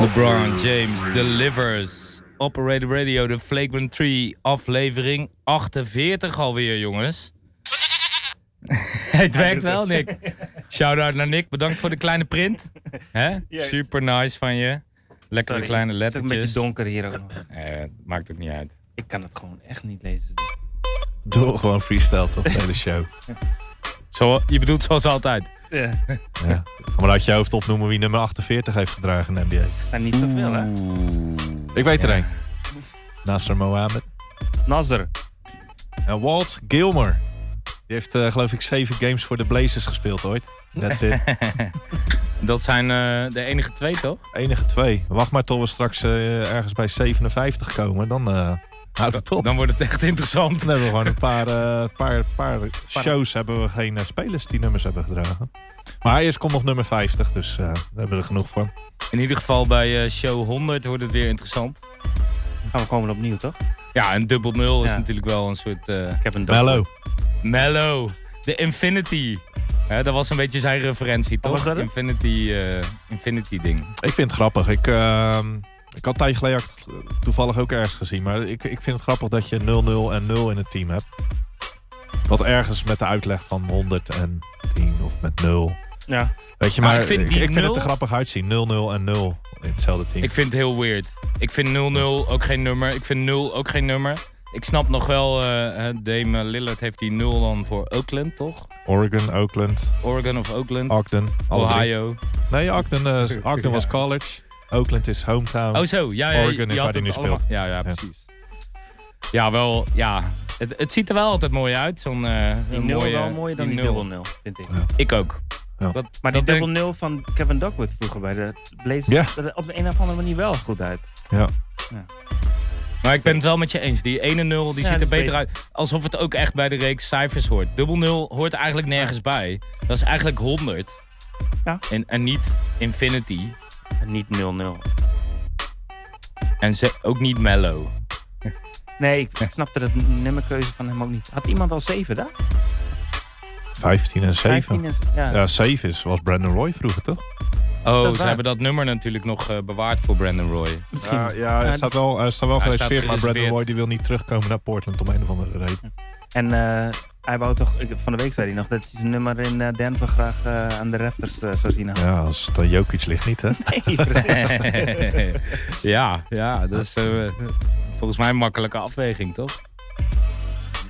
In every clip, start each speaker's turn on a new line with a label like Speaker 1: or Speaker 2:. Speaker 1: LeBron James delivers. Operator Radio, de Flagrant 3, aflevering 48 alweer, jongens. Het werkt wel, Nick. Shout-out naar Nick. Bedankt voor de kleine print. Hè?
Speaker 2: het-
Speaker 1: Super nice van je. Lekkere
Speaker 2: Sorry,
Speaker 1: kleine
Speaker 2: Het is ook een beetje
Speaker 1: lettertjes.
Speaker 2: donker hier ook nog.
Speaker 1: Eh, maakt ook niet uit.
Speaker 2: Ik kan het gewoon echt niet lezen.
Speaker 3: Door gewoon freestyle toch de hele show.
Speaker 1: Zo, je bedoelt zoals altijd.
Speaker 2: Ja. Er
Speaker 3: Ja. Maar laat je hoofd opnoemen wie nummer 48 heeft gedragen in de NBA.
Speaker 2: staan niet zoveel, hè?
Speaker 3: Mm. Ik weet er een. Nasser Mohamed.
Speaker 2: Nazar.
Speaker 3: En Walt Gilmer. Die heeft eh, geloof ik zeven games voor de Blazers gespeeld ooit. That's it.
Speaker 1: Dat zijn eh, de enige twee, toch?
Speaker 3: Enige twee. Wacht maar tot we straks eh, ergens bij 57 komen. Dan eh, houdt het op. Dan
Speaker 1: Dan wordt het echt interessant.
Speaker 3: hebben we gewoon een paar, eh, paar, paar shows hebben we geen eh, spelers die nummers hebben gedragen. Maar eerst komt nog nummer 50, dus eh daar hebben we er genoeg van.
Speaker 1: In ieder geval bij eh, show 100 wordt het weer interessant.
Speaker 2: Gaan we komen opnieuw, toch?
Speaker 1: Ja, een dubbel nul is
Speaker 2: Ja.
Speaker 1: natuurlijk wel een soort eh
Speaker 2: Ik heb een dochter.
Speaker 3: Mello.
Speaker 1: mellow. De Infinity. Hè, dat was een beetje zijn referentie, toch?
Speaker 2: was dat het?
Speaker 1: Infinity, eh, Infinity ding.
Speaker 3: Ik vind het grappig. Ik, ehm, ik had een tijdje geleden act- toevallig ook ergens gezien. Maar ik, ik vind het grappig dat je 0-0 en 0 in het team hebt. Wat ergens met de uitleg van 110 of met 0.
Speaker 2: Ja.
Speaker 3: Weet je,
Speaker 1: Maar
Speaker 3: maar,
Speaker 1: Nou, ik vind
Speaker 3: ik,
Speaker 1: die
Speaker 3: ik vind
Speaker 1: nul-
Speaker 3: het er grappig uitzien. 0-0 en 0 in hetzelfde team.
Speaker 1: Ik vind het heel weird. Ik vind 0-0 ook geen nummer. Ik vind 0 ook geen nummer. Ik snap nog wel, eh, eh, Dame Lillard heeft die 0 dan voor Oakland, toch?
Speaker 3: Oregon, Oakland,
Speaker 1: Oregon of Oakland?
Speaker 3: Ogden. alle drie.
Speaker 1: Ohio.
Speaker 3: Nee, Ogden, eh, Ogden was college. Oakland is hometown.
Speaker 1: Oh zo, ja, ja.
Speaker 3: Oregon is
Speaker 1: je had
Speaker 3: waar die
Speaker 1: het
Speaker 3: nu
Speaker 1: allemaal-
Speaker 3: speelt.
Speaker 1: Ja, ja, precies. Ja, wel, ja. Het, het ziet er wel altijd mooi uit, zo'n eh,
Speaker 2: Die
Speaker 1: een
Speaker 2: nul
Speaker 1: mooie-
Speaker 2: wel mooier dan die,
Speaker 1: nul.
Speaker 2: dubbel nul, vind ik.
Speaker 3: Ja.
Speaker 1: Ik ook.
Speaker 3: Ja.
Speaker 1: Dat, dat
Speaker 2: Maar die
Speaker 1: denk-
Speaker 2: dubbel nul van Kevin Duckworth vroeger bij de Blazers...
Speaker 3: Ja.
Speaker 2: ziet er op de een of andere manier wel goed uit.
Speaker 3: ja.
Speaker 1: Maar ik ben het wel met je eens. Die ene nul die
Speaker 2: Ja,
Speaker 1: ziet er
Speaker 2: dat is
Speaker 1: beter uit. Alsof het ook echt bij de reeks cijfers hoort. Dubbel nul hoort eigenlijk nergens bij. Dat is eigenlijk 100.
Speaker 2: Ja.
Speaker 1: En, en niet infinity.
Speaker 2: En niet 0-0.
Speaker 1: En ze, ook niet mellow. Oh,
Speaker 2: Nee, ik snapte de nummerkeuze van hem ook niet. Had iemand al 7 daar?
Speaker 3: 15 en
Speaker 2: 15
Speaker 3: 7.
Speaker 2: is... Ja.
Speaker 3: Ja, 7 is, was Brandon Roy vroeger, toch?
Speaker 1: Oh,
Speaker 2: is
Speaker 1: ze
Speaker 2: waar.
Speaker 1: hebben dat nummer natuurlijk nog eh, bewaard voor Brandon Roy.
Speaker 2: Misschien.
Speaker 3: Ja, ja, hij
Speaker 2: Ja,
Speaker 3: staat wel, hij staat wel
Speaker 1: hij staat
Speaker 3: gereserveerd, maar Brandon
Speaker 1: gereserveerd.
Speaker 3: Roy die wil niet terugkomen naar Portland om een of andere reden.
Speaker 2: En eh, hij wou toch, ik- van de week zei hij nog, dat hij zijn nummer in eh, Denver graag eh, aan de refters eh, zou zien hangen.
Speaker 3: Ja, als het aan Jokic ligt niet, hè?
Speaker 2: Nee, precies.
Speaker 1: ja, ja, dat is eh, volgens mij een makkelijke afweging, toch?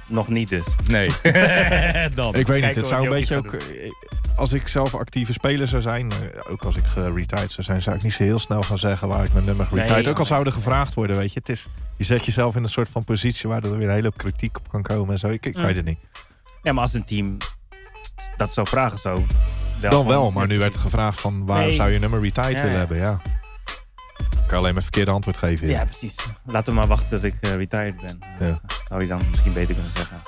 Speaker 2: nog niet dus.
Speaker 1: Nee. dat.
Speaker 3: Ik weet niet,
Speaker 2: Kijken
Speaker 3: het
Speaker 2: wat
Speaker 3: zou een
Speaker 2: Jokic
Speaker 3: beetje ook...
Speaker 2: gaat
Speaker 3: eh, Als ik zelf actieve speler zou zijn, eh, ook als ik geretired zou zijn, zou ik niet zo heel snel gaan zeggen waar ik mijn nummer retired.
Speaker 2: Nee,
Speaker 3: ook al
Speaker 2: nee.
Speaker 3: zouden gevraagd worden, weet je. Het is, je zet jezelf in een soort van positie waar er weer een hele hoop kritiek op kan komen en zo. Ik, ik
Speaker 2: Mm.
Speaker 3: weet het niet.
Speaker 2: Ja, maar als een team dat zou vragen, zou wel.
Speaker 3: Dan wel, maar nu werd gevraagd van waar
Speaker 2: Nee.
Speaker 3: zou je nummer retired
Speaker 2: Ja,
Speaker 3: willen
Speaker 2: ja.
Speaker 3: hebben, ja. Ik kan alleen maar verkeerde antwoord geven.
Speaker 2: Ja,
Speaker 3: Ja.
Speaker 2: precies. Laten we maar wachten tot ik eh, retired ben. Eh,
Speaker 3: Ja.
Speaker 2: Zou je dan misschien beter kunnen zeggen.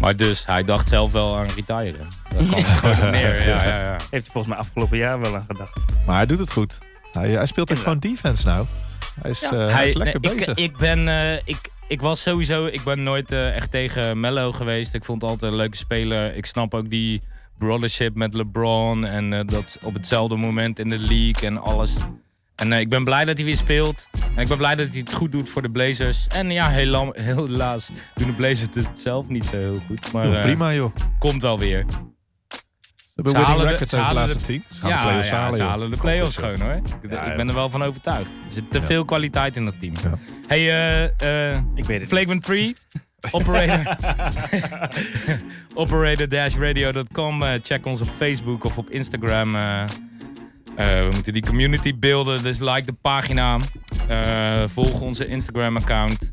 Speaker 1: Maar dus, hij dacht zelf wel aan retiren. Dat kwam er gewoon op neer. Ja, ja, ja.
Speaker 2: Heeft hij volgens mij afgelopen jaar wel aan gedacht.
Speaker 3: Maar hij doet het goed. Hij, eh, hij speelt ook gewoon defense nou. Hij is, eh, hij is lekker
Speaker 1: nee, ik-
Speaker 3: bezig.
Speaker 1: Ik, ben, eh, ik, ik was sowieso, ik ben nooit eh, echt tegen Mello geweest. Ik vond het altijd een leuke speler. Ik snap ook die brothership met LeBron en eh, dat op hetzelfde moment in de league en alles. En eh, ik ben blij dat hij weer speelt. En ik ben blij dat hij het goed doet voor de Blazers. En ja, hela- helaas doen de Blazers het zelf niet zo heel goed. Maar
Speaker 3: Doe
Speaker 1: eh,
Speaker 3: prima, joh.
Speaker 1: komt wel weer.
Speaker 3: Ze hebben
Speaker 1: Ze
Speaker 3: winning
Speaker 1: halen de-
Speaker 3: record
Speaker 1: ze
Speaker 3: over de
Speaker 1: halen
Speaker 3: laatste
Speaker 1: de-
Speaker 3: tien. Ze gaan de
Speaker 1: Ja,
Speaker 3: play-offs
Speaker 1: ja,
Speaker 3: halen,
Speaker 1: ze
Speaker 3: joh.
Speaker 1: halen de
Speaker 3: Kom
Speaker 1: play-offs
Speaker 3: goed, joh.
Speaker 1: gewoon hoor. Ik,
Speaker 3: Ja,
Speaker 1: ik
Speaker 3: ja.
Speaker 1: ben er wel van overtuigd. Er zit te
Speaker 3: Ja.
Speaker 1: veel kwaliteit in dat team.
Speaker 3: Ja.
Speaker 1: Hey, eh, eh,
Speaker 2: Ik weet het
Speaker 1: Flagrant 3, operator. Operator-radio.com. eh, check ons op Facebook of op Instagram. eh. Eh, we moeten die community beelden, dus like de pagina. Eh, volg onze Instagram-account.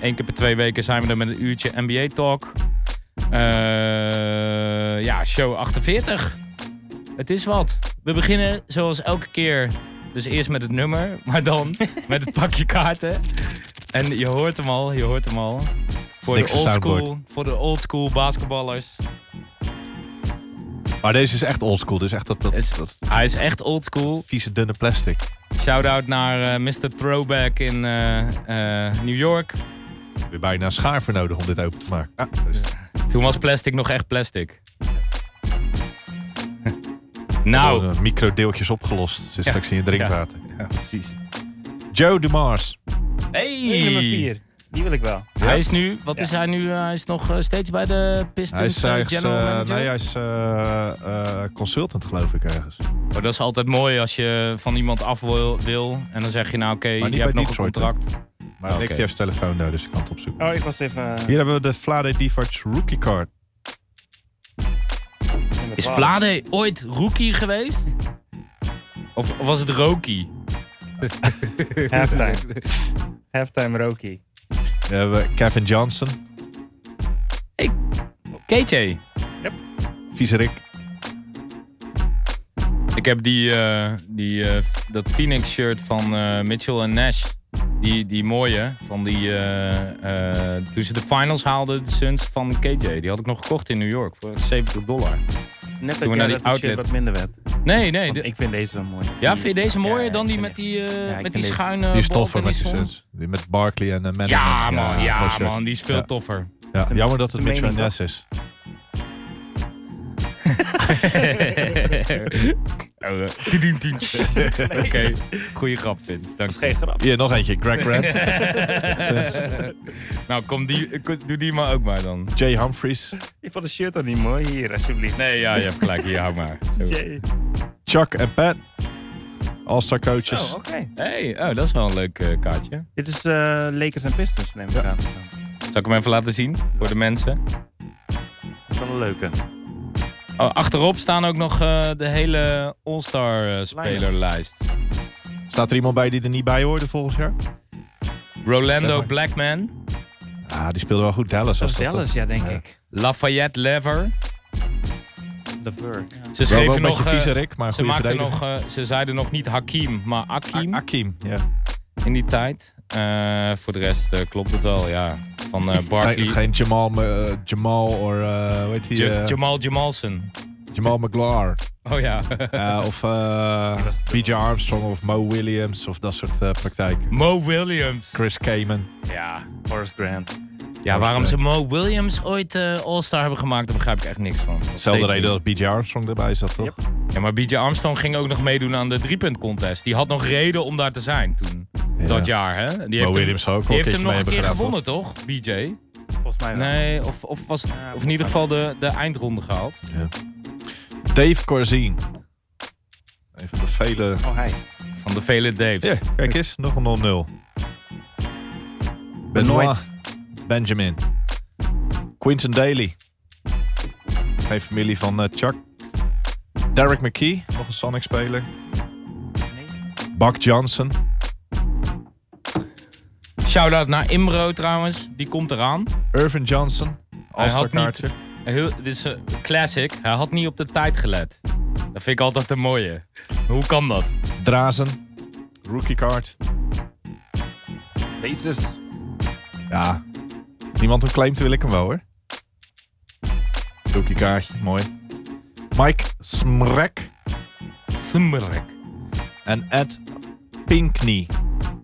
Speaker 1: Eén keer per twee weken zijn we er met een uurtje NBA Talk. Eh, ja, show 48. Het is wat. We beginnen zoals elke keer. Dus eerst met het nummer, maar dan met het pakje kaarten. En je hoort hem al, je hoort hem al. Voor
Speaker 3: Niks
Speaker 1: de old
Speaker 3: soundboard.
Speaker 1: school, voor de old school basketballers.
Speaker 3: Maar deze is echt oldschool. Dus echt dat, dat,
Speaker 1: Is-
Speaker 3: dat
Speaker 1: Hij is echt old school.
Speaker 3: vieze dunne plastic.
Speaker 1: Shout-out naar eh, Mr. Throwback in eh, eh, New York.
Speaker 3: Weer bijna een schaar voor nodig om dit open te maken. Dus Ah, daar is het.
Speaker 1: Toen was plastic nog echt plastic. Nou,
Speaker 3: Door, eh, microdeeltjes opgelost. Dus
Speaker 1: Ja.
Speaker 3: straks in je drinkwater.
Speaker 1: ja, precies.
Speaker 3: Joe DeMars.
Speaker 1: Hey!
Speaker 2: Nummer 4. Die wil ik wel.
Speaker 1: Hij is nu, wat is hij nu? Hij is nog eh, steeds bij de Pistons
Speaker 3: Hij is,
Speaker 1: eh,
Speaker 3: ergens,
Speaker 1: general
Speaker 3: eh,
Speaker 1: manager?
Speaker 3: nee, hij is eh, eh, consultant geloof ik ergens.
Speaker 1: Oh, dat is altijd mooi als je van iemand af wil, wil en dan zeg je nou oké,
Speaker 3: niet
Speaker 1: je hebt
Speaker 3: bij
Speaker 1: nog een
Speaker 3: Detroit,
Speaker 1: contract.
Speaker 3: Maar
Speaker 1: Oké.
Speaker 3: Nick die heeft zijn telefoon nodig, dus ik kan het opzoeken.
Speaker 2: Oh, ik was even...
Speaker 3: Hier hebben we de Vlade Divac Rookie Card.
Speaker 1: Is Vlade ooit rookie geweest? Of of was het Roki?
Speaker 2: Halftime. Halftime Roki.
Speaker 3: We hebben Kevin Johnson,
Speaker 1: KJ.
Speaker 3: Viezerik.
Speaker 1: Ik heb die, eh, die, eh, f- dat Phoenix shirt van eh, Mitchell en Nash. Die, die mooie, van die, eh, eh, toen ze de finals haalden, de Suns van KJ. Die had ik nog gekocht in New York voor 70 dollar.
Speaker 2: Net
Speaker 1: Toen
Speaker 2: dat
Speaker 1: we
Speaker 2: jij
Speaker 1: naar
Speaker 2: dat
Speaker 1: die
Speaker 2: het shit
Speaker 1: outlet.
Speaker 2: wat minder werd.
Speaker 1: Nee, nee.
Speaker 2: Want
Speaker 1: de-
Speaker 2: ik vind deze wel mooi.
Speaker 1: ja, vind je deze mooier
Speaker 2: ja,
Speaker 1: dan
Speaker 2: ik
Speaker 1: die
Speaker 2: vind
Speaker 1: met die, eh,
Speaker 2: ik
Speaker 1: met
Speaker 2: vind
Speaker 1: die
Speaker 2: deze-
Speaker 1: schuine
Speaker 3: Die is
Speaker 1: balk
Speaker 3: toffer
Speaker 1: en die
Speaker 3: met die
Speaker 1: zon?
Speaker 3: Suns. Die Met Barkley en uh,
Speaker 1: Ja, man.
Speaker 3: mooi
Speaker 1: Ja,
Speaker 3: shirt.
Speaker 1: man. Die is veel
Speaker 3: Ja.
Speaker 1: toffer.
Speaker 3: Ja,
Speaker 2: Zijn-
Speaker 3: jammer dat het
Speaker 2: zijn
Speaker 3: Mitchell
Speaker 2: mening
Speaker 3: Ness is.
Speaker 1: Oh, eh, tudum, tudum. Oké, goeie grap, Vince. Dank
Speaker 2: Dat is geen
Speaker 1: je.
Speaker 2: grap.
Speaker 3: Hier, nog eentje. Greg Red,
Speaker 1: nou, kom die, doe die maar ook maar dan.
Speaker 3: Jay Humphries,
Speaker 2: Ik vond de shirt dan niet mooi. Hier, alsjeblieft.
Speaker 1: Nee, ja, je hebt gelijk. Hier, hou maar. Zo.
Speaker 2: Jay.
Speaker 3: Chuck en Pat. All-star coaches.
Speaker 2: Oh, oké.
Speaker 1: Hey, oh, dat is wel een leuk eh, kaartje.
Speaker 2: Dit is eh, Lakers en Pistons, neem ik aan.
Speaker 1: Zal ik hem even laten zien voor de mensen?
Speaker 2: Dat is wel een leuke.
Speaker 1: Oh, achterop staan ook nog eh, de hele All-Star eh, spelerlijst.
Speaker 3: Staat er iemand bij die er niet bij hoorde volgend jaar? Zeg
Speaker 1: Rolando
Speaker 3: maar.
Speaker 1: Blackman,
Speaker 3: Ah, die speelde wel goed. Dallas
Speaker 1: Oh,
Speaker 3: was dat.
Speaker 2: Zelfs,
Speaker 3: toch?
Speaker 2: ja, denk
Speaker 3: Ja.
Speaker 2: ik.
Speaker 1: Lafayette Lever.
Speaker 2: De Burr.
Speaker 1: Ze
Speaker 3: Wel, wel
Speaker 1: schreven
Speaker 3: een
Speaker 1: nog... eh,
Speaker 3: beetje viezerik, maar
Speaker 1: ze,
Speaker 3: goede
Speaker 1: maakten
Speaker 3: verdediger.
Speaker 1: nog eh, ze zeiden nog niet Hakim, maar Akim.
Speaker 3: A- Akim, ja.
Speaker 1: in die tijd. Eh, voor de rest eh, klopt het wel, ja. Van eh Barkley.
Speaker 3: Geen, geen Jamal, eh, Jamal of hoe heet die?
Speaker 1: Ja-
Speaker 3: eh,
Speaker 1: Jamal Jamalson.
Speaker 3: Jamal McGlar.
Speaker 1: Oh ja.
Speaker 3: Eh, of eh BJ Armstrong of Mo Williams of dat soort eh, praktijken.
Speaker 1: Mo Williams.
Speaker 3: Chris Kamen.
Speaker 1: Ja.
Speaker 2: Horace Grant.
Speaker 1: ja, waarom ze Mo Williams ooit eh, All-Star hebben gemaakt, daar begrijp ik echt niks van. Nog
Speaker 3: Hetzelfde
Speaker 1: steeds
Speaker 3: reden
Speaker 1: niet.
Speaker 3: als BJ Armstrong erbij zat, toch?
Speaker 1: Ja, maar BJ Armstrong ging ook nog meedoen aan de driepunt contest. Die had nog reden om daar te zijn toen.
Speaker 3: Ja.
Speaker 1: Dat jaar, hè? Die
Speaker 3: Mo
Speaker 1: hem-
Speaker 3: Williams zou ook
Speaker 1: die
Speaker 3: wel
Speaker 1: heeft hem
Speaker 3: een
Speaker 1: nog een
Speaker 3: keertje
Speaker 1: keer
Speaker 3: mee hebben
Speaker 1: gewonnen, toch? BJ?
Speaker 2: Volgens mij wel.
Speaker 1: Nee, of, of, was,
Speaker 2: Ja,
Speaker 1: of in ieder geval de, de eindronde gehaald.
Speaker 3: Dave Corzine. Een van de vele...
Speaker 2: Oh, hij.
Speaker 1: Van de vele Daves.
Speaker 3: Ja, kijk eens. Nog een 0-0. Benoit.
Speaker 2: Benoit.
Speaker 3: Benjamin. Quinton Daly. Geen familie van eh, Chuck. Derek McKee. Nog een Sonic-speler. Buck Johnson.
Speaker 1: Shout-out naar Imro trouwens. Die komt eraan.
Speaker 3: Irvin Johnson. All-star
Speaker 1: had niet-
Speaker 3: kaartje.
Speaker 1: Heel, dit is een classic. Hij had niet op de tijd gelet. Dat vind ik altijd een mooie. Hoe kan dat?
Speaker 3: Drazen. Rookie card.
Speaker 2: Lasers.
Speaker 3: Ja. Niemand hem claimt, wil ik hem wel hoor. Rookie kaartje, mooi. Mike Smrek
Speaker 1: Summerek.
Speaker 3: en Ed Pinkney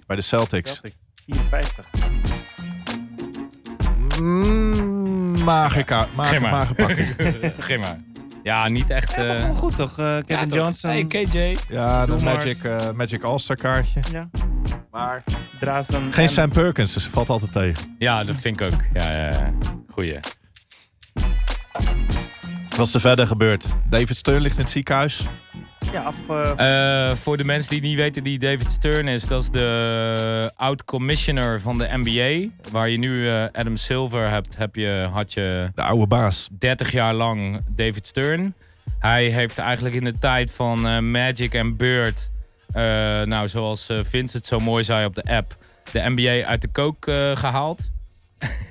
Speaker 3: bij de Celtics.
Speaker 2: Celtics. 54.
Speaker 3: Mm, mager kaart, mager,
Speaker 1: Geen maar.
Speaker 3: mager pakking.
Speaker 1: Geen maar. Ja, niet echt...
Speaker 2: Ja, maar
Speaker 1: eh,
Speaker 2: gewoon goed toch? eh, Kevin
Speaker 1: ja, toch.
Speaker 2: Johnson.
Speaker 1: Hey, KJ.
Speaker 3: Ja, de
Speaker 2: Doe maar.
Speaker 3: Magic, eh, Magic All-Star kaartje.
Speaker 2: ja.
Speaker 3: Maar...
Speaker 2: Drazen.
Speaker 3: Geen
Speaker 2: en-
Speaker 3: Sam Perkins, dus valt altijd tegen.
Speaker 1: Ja, dat vind ik ook. Ja, ja, ja. Goeie.
Speaker 3: Wat is er verder gebeurd? David Steun ligt in het ziekenhuis.
Speaker 2: Ja, af. eh,
Speaker 1: Eh, voor de mensen die niet weten die David Stern is, dat is de oud-commissioner van de NBA. Waar je nu eh, Adam Silver hebt, heb je, had je
Speaker 3: De oude baas.
Speaker 1: 30 jaar lang David Stern. Hij heeft eigenlijk in de tijd van eh, Magic en Bird, eh, nou zoals eh, Vince het zo mooi zei op de app, de NBA uit de kook eh, gehaald.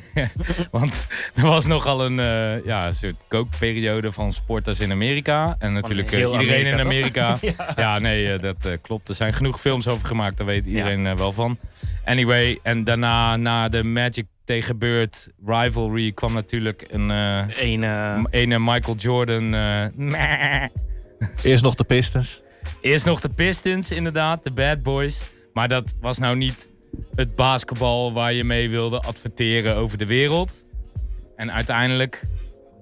Speaker 1: Want er was nogal een eh, ja, een soort kookperiode van sporters in Amerika. En natuurlijk eh,
Speaker 2: heel
Speaker 1: iedereen in
Speaker 2: Amerika,
Speaker 1: Amerika. ja. nee, eh, dat eh, klopt. Er zijn genoeg films over gemaakt, daar weet iedereen eh, wel van. Anyway, en daarna, na de Magic tegen Bird rivalry, kwam natuurlijk een, eh,
Speaker 2: Een. eh,
Speaker 1: Ene Michael Jordan. eh, meh.
Speaker 3: Eerst nog de Pistons.
Speaker 1: Eerst nog de Pistons, inderdaad, de Bad Boys. Maar dat was nou niet het basketbal waar je mee wilde adverteren over de wereld. En uiteindelijk,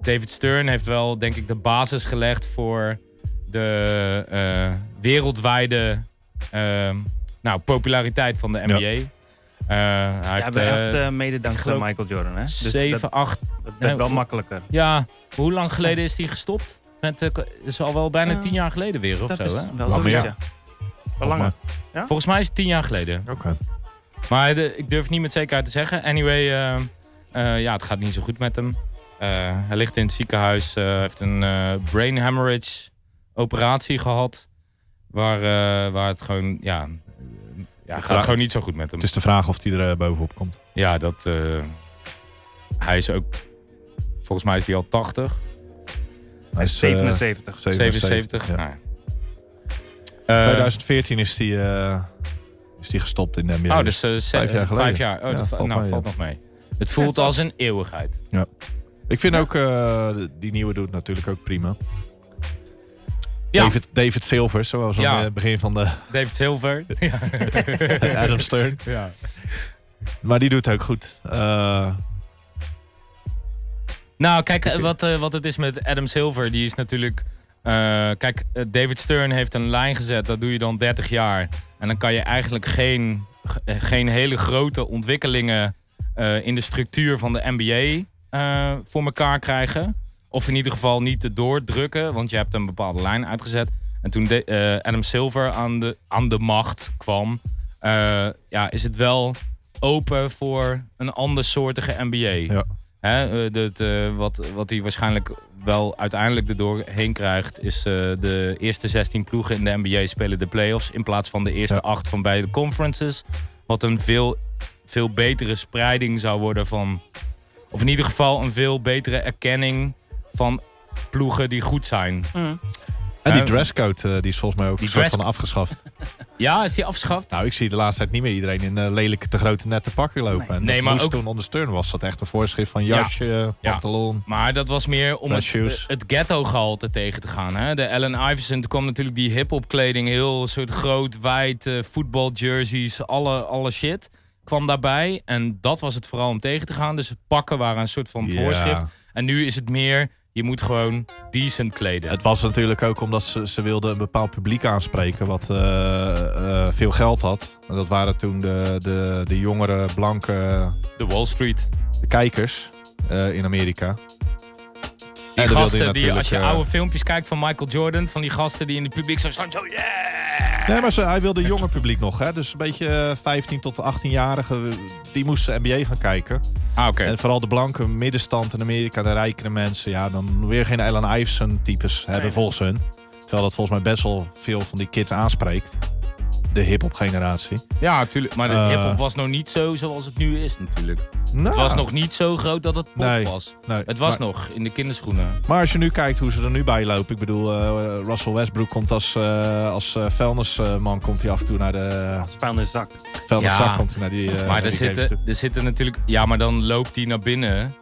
Speaker 1: David Stern heeft wel, denk ik, de basis gelegd voor de eh, wereldwijde eh, nou, populariteit van de NBA. Eh, hij
Speaker 2: Ja,
Speaker 1: heeft
Speaker 2: we-
Speaker 1: eh,
Speaker 2: echt eh, mede dankzij
Speaker 1: geloof-
Speaker 2: Michael Jordan. Hè? Dus
Speaker 1: zeven,
Speaker 2: dat,
Speaker 1: acht.
Speaker 2: dat werd
Speaker 1: nee,
Speaker 2: wel
Speaker 1: hoe-
Speaker 2: makkelijker.
Speaker 1: Ja, hoe lang geleden is hij gestopt? Met, eh, ko- is al wel bijna
Speaker 2: Ja.
Speaker 1: tien jaar geleden weer of
Speaker 2: Dat
Speaker 1: zo.
Speaker 2: is
Speaker 1: Hè?
Speaker 2: wel
Speaker 3: Nog
Speaker 2: zoiets,
Speaker 3: meer.
Speaker 2: ja. Wel langer.
Speaker 1: Volgens mij is het tien jaar geleden.
Speaker 3: Oké.
Speaker 1: Maar de- ik durf niet met zekerheid te zeggen. Anyway, eh, eh, ja, het gaat niet zo goed met hem. Eh, hij ligt in het ziekenhuis. eh, Hij heeft een eh, brain hemorrhage operatie gehad. Waar, eh, waar het gewoon, ja, eh, ja het gaat
Speaker 3: Vraag-
Speaker 1: gewoon niet zo goed met hem.
Speaker 3: Het is de vraag of hij er eh, bovenop komt.
Speaker 1: Ja, dat. eh, hij is ook. Volgens mij is hij al 80,
Speaker 3: Hij is, eh,
Speaker 2: 77.
Speaker 1: 77.
Speaker 3: ja.
Speaker 1: nou ja. Eh,
Speaker 3: 2014 is die, eh, is die gestopt in de NBA.
Speaker 1: oh, dus eh, ze-
Speaker 3: vijf jaar geleden.
Speaker 1: Vijf jaar. Oh,
Speaker 3: Ja,
Speaker 1: dat va-
Speaker 3: valt
Speaker 1: nou,
Speaker 3: mee,
Speaker 1: valt
Speaker 3: ja.
Speaker 1: nog mee. Het voelt als een eeuwigheid.
Speaker 3: ik vind ook eh, die nieuwe doet natuurlijk ook prima.
Speaker 1: Ja.
Speaker 3: David, David Silvers, zoals we
Speaker 1: Ja.
Speaker 3: aan het begin van de
Speaker 1: David Silver.
Speaker 3: Adam Stern.
Speaker 1: ja.
Speaker 3: Maar die doet het ook goed. Eh,
Speaker 1: Nou, kijk, eh, wat, eh, wat het is met Adam Silver, die is natuurlijk. eh, kijk, eh, David Stern heeft een lijn gezet, dat doe je dan 30 jaar. En dan kan je eigenlijk geen, ge- eh, geen hele grote ontwikkelingen eh, in de structuur van de NBA eh, voor elkaar krijgen. Of in ieder geval niet te doordrukken, want je hebt een bepaalde lijn uitgezet. En toen de- eh, Adam Silver aan de, aan de macht kwam, eh, ja, is het wel open voor een andersoortige NBA.
Speaker 3: ja.
Speaker 1: Hè, eh, dat, eh, wat, wat hij waarschijnlijk wel uiteindelijk erdoor heen krijgt, is eh, de eerste 16 ploegen in de NBA spelen de playoffs. In plaats van de eerste
Speaker 3: Ja.
Speaker 1: acht van beide conferences. Wat een veel, veel betere spreiding zou worden van. Of in ieder geval een veel betere erkenning van ploegen die goed zijn.
Speaker 3: En die
Speaker 1: Ja.
Speaker 3: dresscode eh, die is volgens mij ook
Speaker 1: Die
Speaker 3: een soort
Speaker 1: dress-
Speaker 3: van afgeschaft.
Speaker 1: Ja, is die afgeschaft?
Speaker 3: Nou, ik zie de laatste tijd niet meer iedereen in eh, lelijke te grote nette pakken lopen.
Speaker 2: Nee.
Speaker 3: En
Speaker 1: Nee,
Speaker 3: dat
Speaker 1: maar
Speaker 3: moest
Speaker 1: ook-
Speaker 3: toen onder Stern was dat echt een voorschrift van
Speaker 1: Ja.
Speaker 3: jasje,
Speaker 1: Ja.
Speaker 3: pantalon.
Speaker 1: Maar dat was meer om het,
Speaker 3: Flashoes.
Speaker 1: het ghetto-gehalte tegen te gaan. Hè? De Allen Iverson, toen kwam natuurlijk die hip-hop kleding, heel soort groot, wijd, eh, voetbaljerseys, alle, alle shit kwam daarbij. En dat was het vooral om tegen te gaan. Dus pakken waren een soort van
Speaker 3: Ja.
Speaker 1: voorschrift. En nu is het meer, je moet gewoon decent kleden.
Speaker 3: Het was natuurlijk ook omdat ze, ze wilden een bepaald publiek aanspreken wat eh, eh, veel geld had. En dat waren toen de, de, de jongere blanke
Speaker 1: De Wall Street.
Speaker 3: kijkers eh, in Amerika.
Speaker 1: Die
Speaker 3: dan wilde je
Speaker 1: gasten die,
Speaker 3: natuurlijk,
Speaker 1: als je
Speaker 3: eh,
Speaker 1: oude filmpjes kijkt van Michael Jordan, van die gasten die in het publiek zo staan, zo yeah!
Speaker 3: Nee, maar ze, hij wilde een jonger publiek nog. Hè? Dus een beetje eh, 15 tot 18-jarigen, die moesten NBA gaan kijken.
Speaker 1: Ah, oké.
Speaker 3: En vooral de blanke middenstand in Amerika, de rijkere mensen. Ja, dan weer geen Allen Iverson types hebben
Speaker 2: nee.
Speaker 3: volgens hun. Terwijl dat volgens mij best wel veel van die kids aanspreekt. De hip-hop generatie.
Speaker 1: Ja, natuurlijk. Maar de
Speaker 3: Eh.
Speaker 1: hip-hop was nog niet zo zoals het nu is, natuurlijk.
Speaker 3: Nou,
Speaker 1: Het was nog niet zo groot dat het pop
Speaker 3: Nee.
Speaker 1: was.
Speaker 3: nee.
Speaker 1: Het was
Speaker 3: maar,
Speaker 1: nog in de kinderschoenen.
Speaker 3: Maar als je nu kijkt hoe ze er nu bij lopen. Ik bedoel, eh, Russell Westbrook komt als, eh als eh, vuilnisman komt hij af en toe naar de
Speaker 2: Als vuil in de zak.
Speaker 3: vuilniszak.
Speaker 1: Ja.
Speaker 3: Komt hij naar die, eh, naar
Speaker 1: maar er
Speaker 3: die games toe.
Speaker 1: zitten, er zitten natuurlijk. Ja, maar dan loopt hij naar binnen.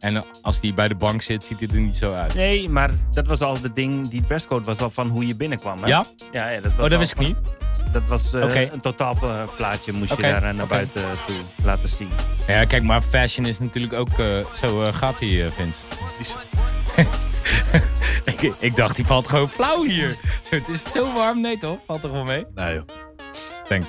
Speaker 1: En als hij bij de bank zit, ziet hij er niet zo uit.
Speaker 2: Nee, maar dat was al het ding. Die dresscode was al van hoe je binnenkwam. Hè?
Speaker 1: Ja?
Speaker 2: Ja, ja, dat was
Speaker 1: Oh,
Speaker 2: al
Speaker 1: dat wist ik
Speaker 2: van-
Speaker 1: niet.
Speaker 2: Dat was eh,
Speaker 1: Oké.
Speaker 2: een totaal eh, plaatje moest
Speaker 1: Oké,
Speaker 2: je daar eh, naar
Speaker 1: oké.
Speaker 2: buiten toe laten zien.
Speaker 1: Ja, kijk, maar fashion is natuurlijk ook. eh, zo eh, gaat hij, eh, Vince. ik, ik dacht, die valt gewoon flauw hier. Zo, het is zo warm. Nee, toch? Valt er wel mee?
Speaker 3: Nee, joh.
Speaker 1: Thanks.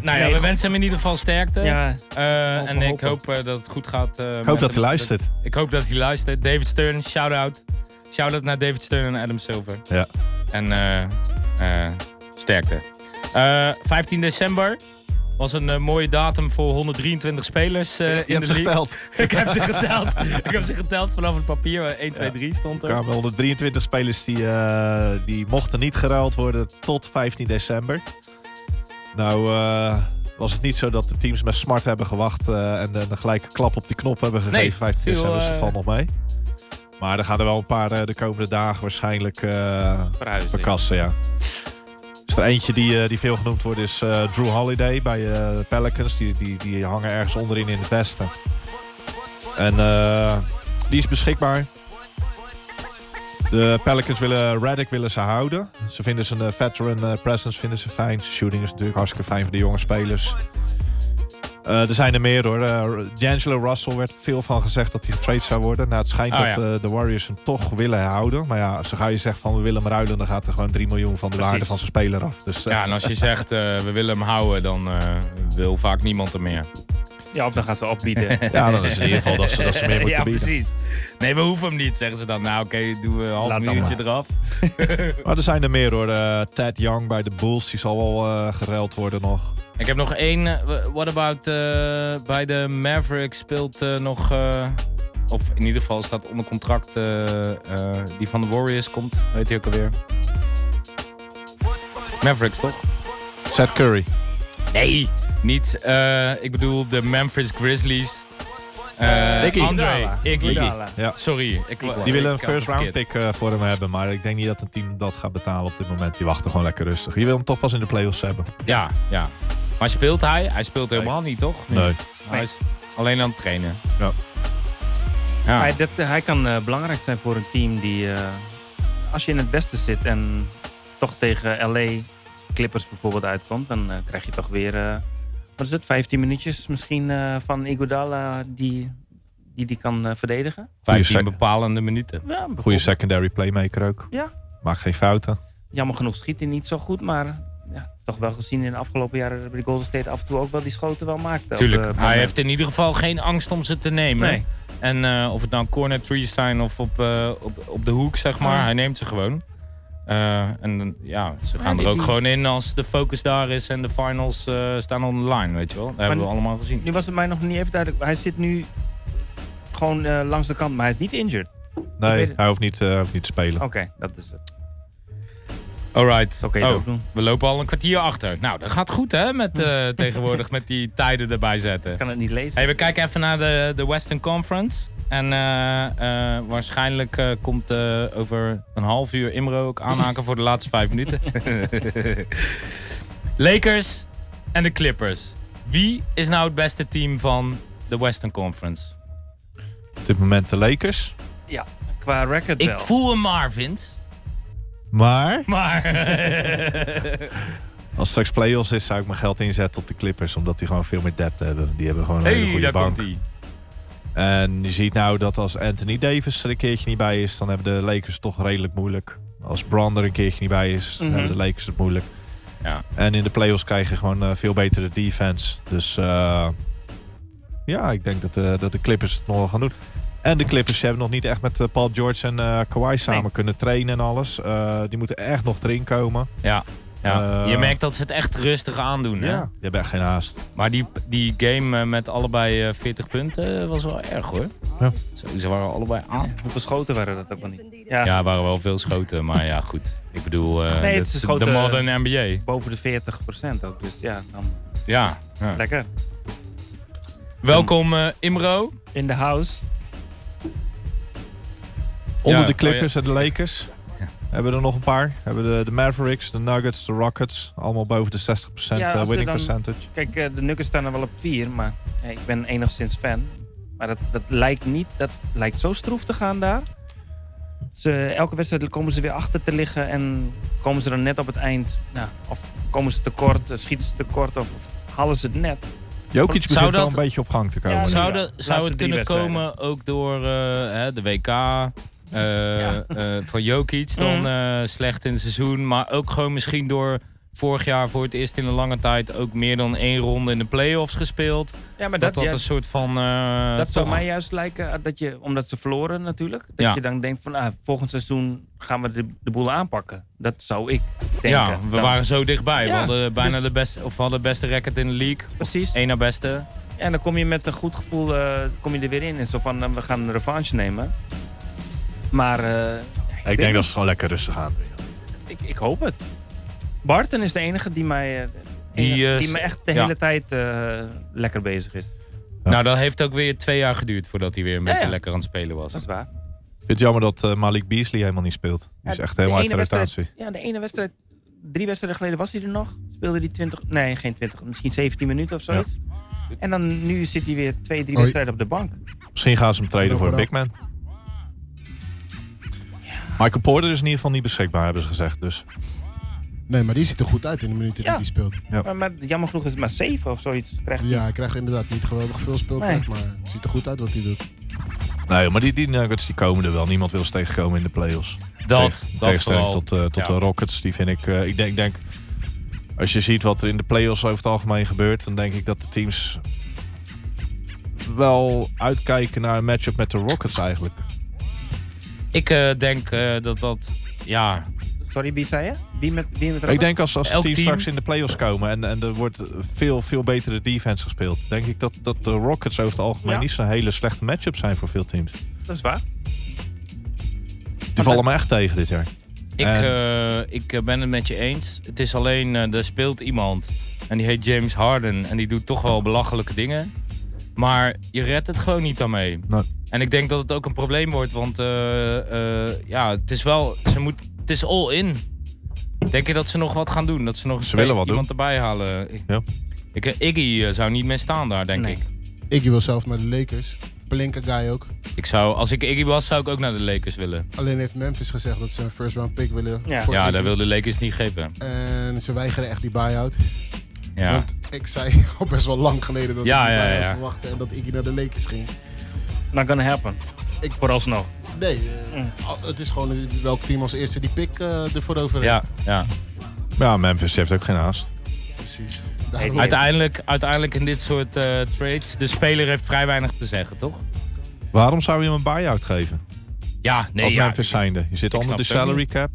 Speaker 1: nou ja, we
Speaker 2: goed.
Speaker 1: wensen hem in ieder geval sterkte.
Speaker 2: Ja,
Speaker 1: Eh,
Speaker 2: Hopen,
Speaker 1: en ik
Speaker 2: hopen.
Speaker 1: hoop eh, dat het goed gaat. eh,
Speaker 3: Ik
Speaker 1: met
Speaker 3: hoop
Speaker 1: hem.
Speaker 3: dat hij luistert.
Speaker 1: Ik hoop dat hij luistert. David Stern, shout-out. Shout-out naar David Stern en Adam Silver.
Speaker 3: Ja.
Speaker 1: En eh, eh, sterkte. Eh, 15 december was een eh, mooie datum voor 123 spelers eh,
Speaker 3: je
Speaker 1: in
Speaker 3: hebt
Speaker 1: de
Speaker 3: ze
Speaker 1: league.
Speaker 3: geteld.
Speaker 1: ik heb ze geteld. ik heb ze geteld vanaf het papier. Eh, waar 1, 2, 3 stond
Speaker 3: Er
Speaker 1: er.
Speaker 3: kwamen 123 spelers die, eh, die mochten niet geruild worden tot 15 december. Nou eh, was het niet zo dat de teams met smart hebben gewacht eh, en dan gelijk een klap op die knop hebben gegeven.
Speaker 1: Nee,
Speaker 3: 15
Speaker 1: veel,
Speaker 3: december, dus
Speaker 1: eh,
Speaker 3: dat valt nog mee. Maar er gaan er wel een paar eh, de komende dagen waarschijnlijk eh
Speaker 2: verhuizen.
Speaker 3: verkassen, ja. Dus er eentje die, eh, die veel genoemd wordt is eh, Drew Holiday bij eh, de Pelicans. Die, die, die hangen ergens onderin in de vesten. En eh, die is beschikbaar. De Pelicans willen, Reddick willen ze houden. Ze vinden zijn eh, veteran eh, presence vinden ze fijn. Zijn shooting is natuurlijk hartstikke fijn voor de jonge spelers. Eh, Eh, er zijn er meer hoor. Eh, D'Angelo Russell werd veel van gezegd dat hij getrade zou worden. Nou, het schijnt
Speaker 1: Oh, ja.
Speaker 3: dat eh, de Warriors hem toch willen houden. Maar ja, zo je zeggen van we willen hem ruilen, dan gaat er gewoon 3 miljoen van de
Speaker 1: Precies.
Speaker 3: waarde van zijn speler af. Dus eh,
Speaker 1: Ja, en als je zegt, eh, we willen hem houden, dan eh, wil vaak niemand er meer.
Speaker 2: Ja, of dan gaat ze opbieden.
Speaker 1: Ah.
Speaker 3: ja, dan is het in ieder geval dat ze, dat ze meer moeten
Speaker 1: ja,
Speaker 3: bieden.
Speaker 1: precies. Nee, we hoeven hem niet, zeggen ze dan. Nou, oké, doen we een half
Speaker 2: Laat dan
Speaker 1: uurtje
Speaker 2: maar.
Speaker 1: eraf.
Speaker 3: Maar er zijn er meer hoor. Eh, Ted Young bij de Bulls, die zal wel eh gereld worden nog.
Speaker 1: Ik heb nog één. eh, What about eh, bij de Mavericks speelt eh, nog. eh, of in ieder geval staat onder contract eh, eh, die van de Warriors komt. Weet je ook alweer? Mavericks toch?
Speaker 3: Seth Curry.
Speaker 1: Nee, niet. eh, ik bedoel de Memphis Grizzlies. Eh,
Speaker 3: Iggy.
Speaker 1: Andre,
Speaker 2: Iguodala.
Speaker 1: Iggy.
Speaker 2: Iguodala.
Speaker 3: Ja.
Speaker 1: Sorry, ik,
Speaker 3: Die willen een
Speaker 1: ik had het
Speaker 3: first round
Speaker 1: verkeerd.
Speaker 3: pick eh, voor hem hebben. Maar ik denk niet dat een team dat gaat betalen op dit moment. Die wachten gewoon lekker rustig. Je wil hem toch pas in de playoffs hebben.
Speaker 1: Ja, ja. Maar speelt hij? Hij speelt helemaal niet, toch?
Speaker 3: Nee.
Speaker 1: Hij is alleen aan het trainen.
Speaker 3: Ja.
Speaker 1: Ja.
Speaker 2: Hij, dat, hij kan eh, belangrijk zijn voor een team die... eh, als je in het westen zit en toch tegen LA Clippers bijvoorbeeld uitkomt... dan eh, krijg je toch weer... eh, wat is het? 15 minuutjes misschien eh, van Iguodala die die, die kan eh, verdedigen?
Speaker 1: 15
Speaker 3: sec-
Speaker 1: bepalende minuten.
Speaker 2: Ja, bijvoorbeeld.
Speaker 3: Goede secondary playmaker ook.
Speaker 2: Ja.
Speaker 3: Maakt geen fouten.
Speaker 2: Jammer genoeg schiet hij niet zo goed, maar... Ja, toch wel gezien in de afgelopen jaren bij de Golden State af en toe ook wel die schoten wel maakte. op, eh,
Speaker 1: Tuurlijk. hij
Speaker 2: momenten.
Speaker 1: heeft in ieder geval geen angst om ze te nemen.
Speaker 2: Nee.
Speaker 1: En eh, of het nou corner trees zijn of op, eh, op, op de hoek, zeg maar.
Speaker 2: Ah.
Speaker 1: Hij neemt ze gewoon. Eh, en dan- ja, ze gaan
Speaker 2: Ah, die-
Speaker 1: er ook
Speaker 2: die-
Speaker 1: gewoon in als de focus daar is en de finals eh, staan online, weet je wel. Dat hebben we
Speaker 2: nu-
Speaker 1: allemaal gezien.
Speaker 2: Nu was het mij nog niet even duidelijk. Hij zit nu gewoon eh, langs de kant, maar hij is niet injured. Ik
Speaker 3: Nee,
Speaker 2: weet- Oh.
Speaker 3: hij hoeft niet, eh, hoeft niet te spelen.
Speaker 2: Oké, dat is het.
Speaker 1: Alright.
Speaker 2: Zo kan je het
Speaker 1: oh,
Speaker 2: ook doen.
Speaker 1: we lopen al een kwartier achter. Nou, dat gaat goed hè, met, eh, tegenwoordig met die tijden erbij zetten.
Speaker 2: Ik kan het niet lezen.
Speaker 1: Hey, we kijken even naar de, de Western Conference. En eh, eh, waarschijnlijk eh, komt eh, over een half uur Imro ook aanhaken voor de laatste vijf minuten. Lakers en de Clippers. Wie is nou het beste team van de Western Conference?
Speaker 3: Op dit moment de Lakers.
Speaker 2: Qua record
Speaker 1: Ik
Speaker 2: wel.
Speaker 1: voel hem maar, Vince.
Speaker 3: Maar
Speaker 1: Maar...
Speaker 3: als straks playoffs is, zou ik mijn geld inzetten op de Clippers. Omdat die gewoon veel meer depth hebben. Die hebben gewoon een hele
Speaker 1: hey,
Speaker 3: goede
Speaker 1: daar
Speaker 3: bank.
Speaker 1: komt hij.
Speaker 3: En je ziet nou dat als Anthony Davis er een keertje niet bij is, dan hebben de Lakers toch redelijk moeilijk. Als Brand er een keertje niet bij is, dan
Speaker 2: Mhm.
Speaker 3: hebben de Lakers het moeilijk.
Speaker 1: Ja.
Speaker 3: En in de playoffs krijg je gewoon eh, veel betere defense. Dus eh, ja, ik denk dat, de- dat de Clippers het nog wel gaan doen. En de Clippers hebben nog niet echt met eh, Paul George en eh, Kawhi samen kunnen trainen en alles. Eh, die moeten echt nog erin komen.
Speaker 1: Ja, ja.
Speaker 3: Eh,
Speaker 1: je merkt dat ze het echt rustig aandoen. Hè?
Speaker 3: Ja. Die hebben echt geen haast.
Speaker 1: Maar die, die game eh, met allebei eh, 40 punten was wel erg hoor.
Speaker 3: Ja.
Speaker 1: Zo, ze waren allebei aan.
Speaker 2: Hoeveel schoten waren dat ook wel niet? Ja,
Speaker 1: Ja, er waren wel veel schoten, maar ja, goed. Ik bedoel, eh,
Speaker 2: Nee, het
Speaker 1: dat
Speaker 2: is
Speaker 1: is
Speaker 2: schoten-
Speaker 1: de modern NBA.
Speaker 2: boven de 40% ook. Dus ja, dan
Speaker 1: Ja. ja.
Speaker 2: lekker.
Speaker 1: Welkom eh, Imro.
Speaker 2: In the house.
Speaker 3: Onder
Speaker 1: Ja,
Speaker 3: de Clippers en de Lakers
Speaker 1: Ja.
Speaker 3: hebben er nog een paar. Hebben de, de Mavericks, de Nuggets, de Rockets. Allemaal boven de 60%
Speaker 2: Ja,
Speaker 3: eh,
Speaker 2: als ze
Speaker 3: winning
Speaker 2: dan-
Speaker 3: percentage.
Speaker 2: Kijk, eh, de Nuggets staan er wel op 4, maar eh, ik ben enigszins fan. Maar dat, dat lijkt niet, dat lijkt zo stroef te gaan daar. Ze, elke wedstrijd komen ze weer achter te liggen en komen ze dan net op het eind. Nou, of komen ze tekort, eh, schieten ze tekort of, of halen ze het net.
Speaker 3: Jokic begint
Speaker 1: Zou
Speaker 3: wel
Speaker 1: dat-
Speaker 3: een beetje op gang te komen.
Speaker 2: Ja,
Speaker 3: nu.
Speaker 1: Zou,
Speaker 2: ja.
Speaker 1: de, zou
Speaker 2: Laatste
Speaker 1: het
Speaker 2: drie
Speaker 1: kunnen
Speaker 2: wedstrijden.
Speaker 1: komen ook door eh, hè, de WK? eh,
Speaker 2: Ja.
Speaker 1: eh, van Jokic dan
Speaker 2: Mm.
Speaker 1: eh, slecht in het seizoen. Maar ook gewoon misschien door vorig jaar voor het eerst in een lange tijd ook meer dan één ronde in de playoffs gespeeld.
Speaker 2: Ja, maar
Speaker 1: Dat dat een soort van. eh,
Speaker 2: dat zou
Speaker 1: toch-
Speaker 2: mij juist lijken, eh, dat je, omdat ze verloren natuurlijk, dat
Speaker 1: Ja.
Speaker 2: je dan denkt van ah, volgend seizoen gaan we de, de boel aanpakken. Dat zou ik denken.
Speaker 1: Ja, we
Speaker 2: Dan-
Speaker 1: waren zo dichtbij. We
Speaker 2: Ja,
Speaker 1: hadden bijna
Speaker 2: dus-
Speaker 1: de beste, of we hadden de beste record in de league.
Speaker 2: Precies.
Speaker 1: Eén na beste.
Speaker 2: En dan kom je met een goed gevoel eh, kom je er weer in. En zo van, eh, we gaan een revanche nemen. Maar eh,
Speaker 3: Ik denk dat ze gewoon lekker rustig aan doen.
Speaker 2: ik, ik hoop het. Barton is de enige die mij, eh,
Speaker 1: Die,
Speaker 2: enige-
Speaker 1: eh,
Speaker 2: die me echt de
Speaker 1: ja.
Speaker 2: hele tijd eh, lekker bezig is.
Speaker 3: Ja.
Speaker 1: Nou, dat heeft ook weer twee jaar geduurd voordat hij weer een
Speaker 2: Ja,
Speaker 1: beetje
Speaker 2: ja.
Speaker 1: lekker aan het spelen was.
Speaker 2: Dat is waar.
Speaker 3: Ik vind het jammer dat eh, Malik Beasley helemaal niet speelt. Die is
Speaker 2: Ja,
Speaker 3: echt helemaal uit
Speaker 2: ene
Speaker 3: de rotatie.
Speaker 2: wedstrijd- Ja, de ene wedstrijd, drie wedstrijden geleden was hij er nog. Speelde hij 20, nee geen 20, misschien 17 minuten of zoiets. En dan nu zit hij weer twee, drie
Speaker 4: Hoi.
Speaker 2: wedstrijden op de bank.
Speaker 3: Misschien gaan ze hem traden
Speaker 4: Bedankt,
Speaker 3: voor een big man. Michael Porter is in ieder geval niet beschikbaar, hebben ze gezegd. Dus
Speaker 4: Nee, maar die ziet er goed uit in de minuten
Speaker 2: Ja.
Speaker 4: die die speelt.
Speaker 2: Maar, maar jammer genoeg is het maar 7 of zoiets. Krijgt hij.
Speaker 4: Ja, hij krijgt inderdaad niet geweldig veel speeltijd, maar het ziet er goed uit wat hij doet.
Speaker 3: Nee, maar die, die Nuggets die komen er wel. Niemand wil ze tegenkomen in de playoffs.
Speaker 1: Dat,
Speaker 3: Tegen-
Speaker 1: dat
Speaker 3: tegenstelling
Speaker 1: vooral.
Speaker 3: tot, eh, tot
Speaker 1: Ja.
Speaker 3: de Rockets. Die vind ik, eh, ik, denk, ik denk, als je ziet wat er in de playoffs over het algemeen gebeurt, dan denk ik dat de teams wel uitkijken naar een matchup met de Rockets eigenlijk.
Speaker 1: Ik eh, denk eh, dat dat, ja,
Speaker 2: Sorry, wie zei je? Wie met, wie met
Speaker 3: Ik denk als, als het
Speaker 1: Elk
Speaker 3: team,
Speaker 1: team-
Speaker 3: straks in de playoffs komen en, en er wordt veel, veel betere defense gespeeld, denk ik dat, dat de Rockets over het algemeen
Speaker 2: Ja.
Speaker 3: niet zo'n hele slechte matchup zijn voor veel teams.
Speaker 2: Dat is waar.
Speaker 3: Die vallen me echt tegen dit jaar.
Speaker 1: ik,
Speaker 3: En-
Speaker 1: eh, ik eh, ben het met je eens. Het is alleen, eh er speelt iemand en die heet James Harden en die doet toch wel belachelijke dingen. Maar je redt het gewoon niet daarmee.
Speaker 3: Nee.
Speaker 1: En ik denk dat het ook een probleem wordt, want eh, eh, ja, het is wel, ze moet, het is all in. Denk je dat ze nog wat gaan doen? Dat ze nog
Speaker 3: Ze willen wat
Speaker 1: iemand erbij halen? Ik,
Speaker 3: Ja.
Speaker 1: ik, eh, Iggy eh, zou niet meer staan daar, denk
Speaker 2: Nee.
Speaker 1: ik.
Speaker 4: Iggy wil zelf naar de Lakers. Blinker guy ook.
Speaker 1: Ik zou, als ik Iggy was, zou ik ook naar de Lakers willen.
Speaker 4: Alleen heeft Memphis gezegd dat ze een first round pick willen
Speaker 2: Ja.
Speaker 4: voor
Speaker 1: Ja,
Speaker 4: Iggy.
Speaker 1: dat wil de Lakers niet geven.
Speaker 4: En ze weigeren echt die buyout.
Speaker 1: Ja.
Speaker 4: Want ik zei al best wel lang geleden dat
Speaker 1: Ja,
Speaker 4: ik die
Speaker 1: ja,
Speaker 4: buyout
Speaker 1: ja.
Speaker 4: verwachtte en dat Iggy naar de Lakers ging.
Speaker 2: Not gonna happen.
Speaker 4: Ik-
Speaker 2: Vooralsnog.
Speaker 4: Nee, eh,
Speaker 2: Mm.
Speaker 4: al- het is gewoon welk team als eerste die pick eh, ervoor over heeft.
Speaker 1: Ja, ja.
Speaker 3: Ja, Memphis heeft ook geen haast.
Speaker 4: Precies. Daarom-
Speaker 2: die-
Speaker 1: Uiteindelijk, uiteindelijk in dit soort eh, trades, de speler heeft vrij weinig te zeggen, toch?
Speaker 3: Waarom zou je hem een buyout geven?
Speaker 1: Ja, nee,
Speaker 3: als
Speaker 1: ja.
Speaker 3: Memphis
Speaker 1: ik-
Speaker 3: zijnde. Je zit onder
Speaker 1: snap
Speaker 3: de
Speaker 1: het ook
Speaker 3: salary
Speaker 1: niet.
Speaker 3: cap.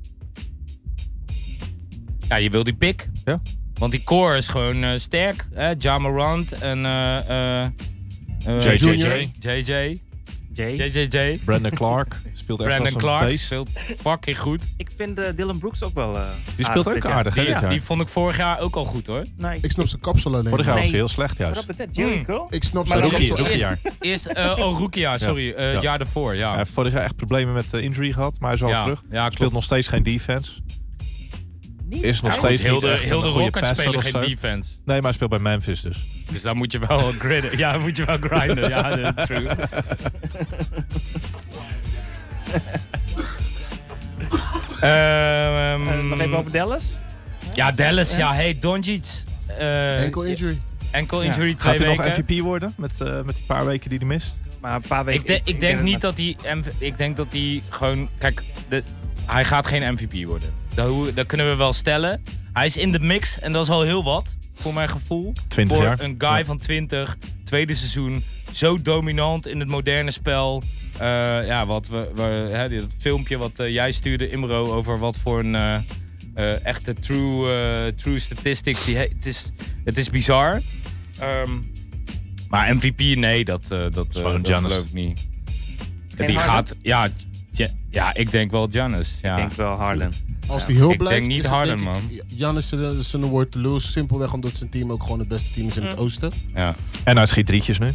Speaker 1: Ja, je wil die pick.
Speaker 3: Ja.
Speaker 1: Want die core is gewoon eh, sterk. Hè? Ja Morant en... eh, eh, eh,
Speaker 3: JJJ.
Speaker 4: Junior.
Speaker 1: JJ.
Speaker 2: Jay.
Speaker 1: JJJ.
Speaker 3: Brandon Clark speelt echt
Speaker 1: Brandon
Speaker 3: als een
Speaker 1: Clark
Speaker 3: beest.
Speaker 1: speelt fucking goed.
Speaker 2: Ik vind eh, Dylan Brooks ook wel. eh,
Speaker 3: Die speelt
Speaker 2: dit
Speaker 3: ook
Speaker 2: jaar.
Speaker 3: aardig, hè,
Speaker 1: Die,
Speaker 3: dit jaar.
Speaker 1: die vond ik vorig jaar ook al goed, hoor.
Speaker 2: Nee,
Speaker 4: Ik snap zijn kapsel alleen.
Speaker 3: Vorig jaar was hij
Speaker 2: Nee.
Speaker 3: heel slecht
Speaker 2: Nou, Wat
Speaker 3: juist.
Speaker 2: op het net, Jerry
Speaker 1: Mm.
Speaker 2: Curl?
Speaker 4: Ik snap
Speaker 2: Maar
Speaker 4: zijn
Speaker 2: dan-
Speaker 4: kapsel
Speaker 3: Rookie,
Speaker 1: Eerst-
Speaker 4: alleen.
Speaker 3: rookiejaar.
Speaker 1: Eerst... eh oh, rookie jaar, sorry. eh,
Speaker 3: Ja.
Speaker 1: Jaar daarvoor, ja.
Speaker 3: Hij heeft vorig jaar echt problemen met de injury gehad, maar hij is wel
Speaker 1: ja.
Speaker 3: terug.
Speaker 1: Ja, klopt.
Speaker 3: Speelt nog steeds geen defense.
Speaker 2: Niet?
Speaker 3: Is nog
Speaker 1: Ja,
Speaker 3: steeds
Speaker 1: goed, heel
Speaker 3: niet
Speaker 1: de,
Speaker 3: echt
Speaker 1: heel
Speaker 3: een
Speaker 1: de
Speaker 3: goede
Speaker 1: Rockets
Speaker 3: passer
Speaker 1: spelen
Speaker 3: of
Speaker 1: geen
Speaker 3: zo.
Speaker 1: defense.
Speaker 3: Nee, maar hij speelt bij Memphis dus.
Speaker 1: Dus daar moet je wel gridden. Ja, moet je wel grinden. Ja, dat- true. Ehm,
Speaker 2: Eh, nog even over Dallas.
Speaker 1: Ja, Dallas. Ja, hey, Doncic. eh,
Speaker 4: Ankle injury.
Speaker 1: Ankle injury twee
Speaker 3: Gaat hij nog
Speaker 1: weken.
Speaker 3: MVP worden met, eh, met die paar weken die hij mist?
Speaker 2: Maar een paar weken.
Speaker 1: Ik, de- ik denk
Speaker 2: het
Speaker 1: niet dat hij... MV Ik denk dat hij gewoon... Kijk, de, hij gaat geen MVP worden. Dat, hoe- dat kunnen we wel stellen. Hij is in de mix en dat is al heel wat. Voor mijn gevoel.
Speaker 3: 20
Speaker 1: voor
Speaker 3: jaar.
Speaker 1: een guy van 20, tweede seizoen, zo dominant in het moderne spel. Eh, ja, wat we, we hè, dit filmpje wat eh, jij stuurde, Imro, over wat voor een eh, eh, echte true, eh, true statistics. Die, he- het, is, het is bizar. Ehm, maar MVP, nee, dat, eh dat, eh
Speaker 3: Gewoon
Speaker 1: dat
Speaker 3: Giannis.
Speaker 1: geloof ik niet.
Speaker 2: Geen
Speaker 1: die
Speaker 2: Harden?
Speaker 1: gaat, ja, Ja- ja, ik denk wel Giannis. Ja.
Speaker 2: Ik denk wel Harden.
Speaker 4: Als die heel
Speaker 1: Ik
Speaker 4: blijft,
Speaker 1: denk niet
Speaker 4: is het
Speaker 1: Harden,
Speaker 4: denk ik- Jan is zijn- zijn award te lose. Simpelweg omdat zijn team ook gewoon het beste team is in het oosten.
Speaker 1: ja.
Speaker 3: En hij schiet drietjes nu.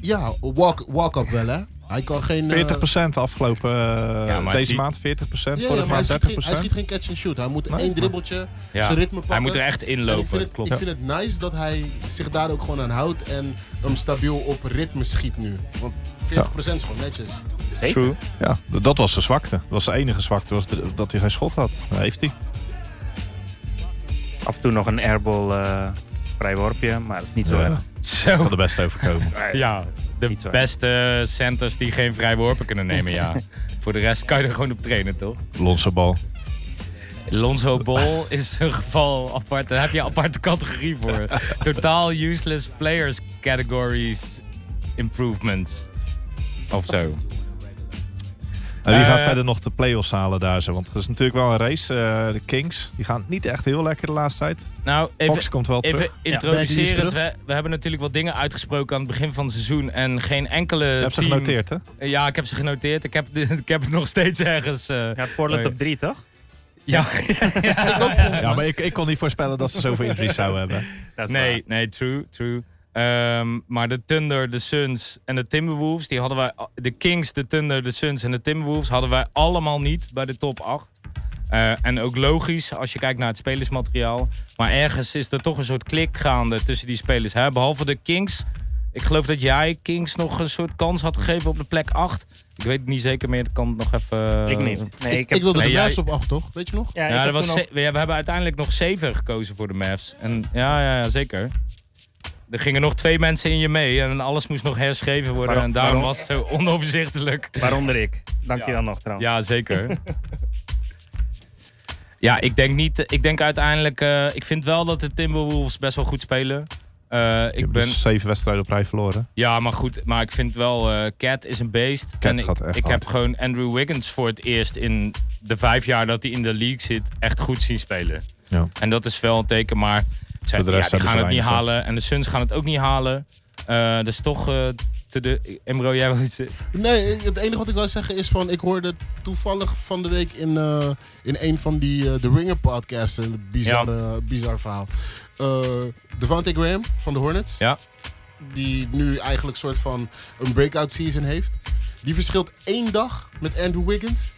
Speaker 3: 40%
Speaker 4: Ja, walk- walk-up wel, hè. Hij kan geen... eh,
Speaker 3: de afgelopen eh,
Speaker 1: Ja, maar
Speaker 3: deze
Speaker 1: zie-
Speaker 3: maand 40%,
Speaker 4: ja, ja,
Speaker 3: vorige
Speaker 4: maar hij,
Speaker 3: maand
Speaker 4: schiet
Speaker 3: 30%.
Speaker 4: geen, hij schiet geen catch and shoot. Hij moet
Speaker 3: Nee,
Speaker 4: één
Speaker 3: maar-
Speaker 4: dribbeltje,
Speaker 1: Ja.
Speaker 4: zijn ritme pakken.
Speaker 1: Hij moet er echt
Speaker 4: En ik vind,
Speaker 1: inlopen.
Speaker 4: het,
Speaker 1: Klopt.
Speaker 4: ik vind het nice dat hij zich daar ook gewoon aan houdt en hem stabiel op ritme schiet nu. Want 40% is gewoon netjes.
Speaker 2: Zeker.
Speaker 1: True.
Speaker 3: Ja, d- dat was de zwakte. Dat was de enige zwakte, was de- dat hij geen schot had. Dat heeft hij.
Speaker 2: Af en toe nog een airball eh vrij worpje, maar dat is niet zo
Speaker 3: Ja.
Speaker 2: erg.
Speaker 1: Zo.
Speaker 3: Kan er best overkomen.
Speaker 1: Ja, de
Speaker 2: Niet zo erg.
Speaker 1: beste centers die geen vrijworpen kunnen nemen, ja. Voor de rest kan je er gewoon op trainen, toch?
Speaker 3: Lonse bal.
Speaker 1: Lonzo Ball is een geval apart. Daar heb je een aparte categorie voor. Totaal useless players categories improvements. Of zo.
Speaker 3: En die
Speaker 1: Eh,
Speaker 3: gaan verder nog de play-offs halen daar zo. Want het is natuurlijk wel een race. Eh, de Kings, die gaan niet echt heel lekker de laatste tijd.
Speaker 1: Nou, even,
Speaker 3: Fox komt wel terug.
Speaker 1: even
Speaker 4: Bagley
Speaker 1: introducerend.
Speaker 4: is
Speaker 1: We, we hebben natuurlijk wat dingen uitgesproken aan het begin van het seizoen. En geen enkele
Speaker 3: Je hebt ze
Speaker 1: team-
Speaker 3: genoteerd, hè?
Speaker 1: Ja, ik heb ze genoteerd. Ik heb, ik heb het nog steeds ergens... eh,
Speaker 2: Ja, Portland
Speaker 1: Nee.
Speaker 2: op 3, toch?
Speaker 1: ja.
Speaker 4: Ik ook volgens
Speaker 3: Ja,
Speaker 4: mij.
Speaker 3: maar ik, ik kon niet voorspellen dat ze zoveel injuries zouden hebben.
Speaker 2: Dat is
Speaker 1: Nee, nee, true, true. Ehm, maar de Thunder, de Suns en de Timberwolves, die hadden wij, de Kings, de Thunder, de Suns en de Timberwolves hadden wij allemaal niet bij de top 8. Eh, en ook logisch als je kijkt naar het spelersmateriaal. Maar ergens is er toch een soort klik gaande tussen die spelers. Hè? Behalve de Kings Ik geloof dat jij Kings nog een soort kans had gegeven op de plek 8. Ik weet het niet zeker meer. Ik kan het nog even...
Speaker 2: ik niet. Nee,
Speaker 4: ik,
Speaker 2: ik heb,
Speaker 4: wilde
Speaker 1: Nee,
Speaker 4: de
Speaker 1: jij-
Speaker 4: Mavs op 8, toch? Weet je nog?
Speaker 2: ja, ik
Speaker 1: Ja,
Speaker 2: heb
Speaker 1: dat was
Speaker 2: toen
Speaker 1: ze- we, we hebben uiteindelijk nog zeven gekozen voor de Mavs. En ja, ja, ja, zeker. Er gingen nog twee mensen in je mee en alles moest nog herschreven worden.
Speaker 2: Waarom-
Speaker 1: en daarom
Speaker 2: waarom- Oh.
Speaker 1: was het zo onoverzichtelijk.
Speaker 2: ook- waaronder ik. Dank je
Speaker 1: Ja.
Speaker 2: dan nog trouwens.
Speaker 1: Ja, zeker. ja, ik denk niet. Ik denk uiteindelijk. eh, ik vind wel dat de Timberwolves best wel goed spelen. Eh, ik ben,
Speaker 3: dus zeven wedstrijden op rij verloren.
Speaker 1: ja, maar goed. Maar ik vind wel. eh, Cat is een beest.
Speaker 3: Cat
Speaker 1: en ik,
Speaker 3: gaat echt
Speaker 1: Ik
Speaker 3: hard.
Speaker 1: heb gewoon Andrew Wiggins voor het eerst in de vijf jaar dat hij in de league zit. echt goed zien spelen.
Speaker 3: Ja.
Speaker 1: En dat is wel een teken. Maar zij,
Speaker 3: Voor de rest
Speaker 1: ja, die gaan
Speaker 3: hebben ze
Speaker 1: het niet
Speaker 3: weinig,
Speaker 1: halen. En de Suns gaan het ook niet halen. Eh, dus toch. eh, te de, Emro, jij wil iets eh,
Speaker 4: Nee, ik- het enige wat ik wil zeggen is van... Ik hoorde toevallig van de week in, eh, in een van die eh, The Ringer podcasts... Een bizar, bizar verhaal. Eh Devante Graham van de Hornets.
Speaker 1: Ja.
Speaker 4: Die nu eigenlijk soort van een breakout season heeft. Die verschilt één dag met Andrew Wiggins.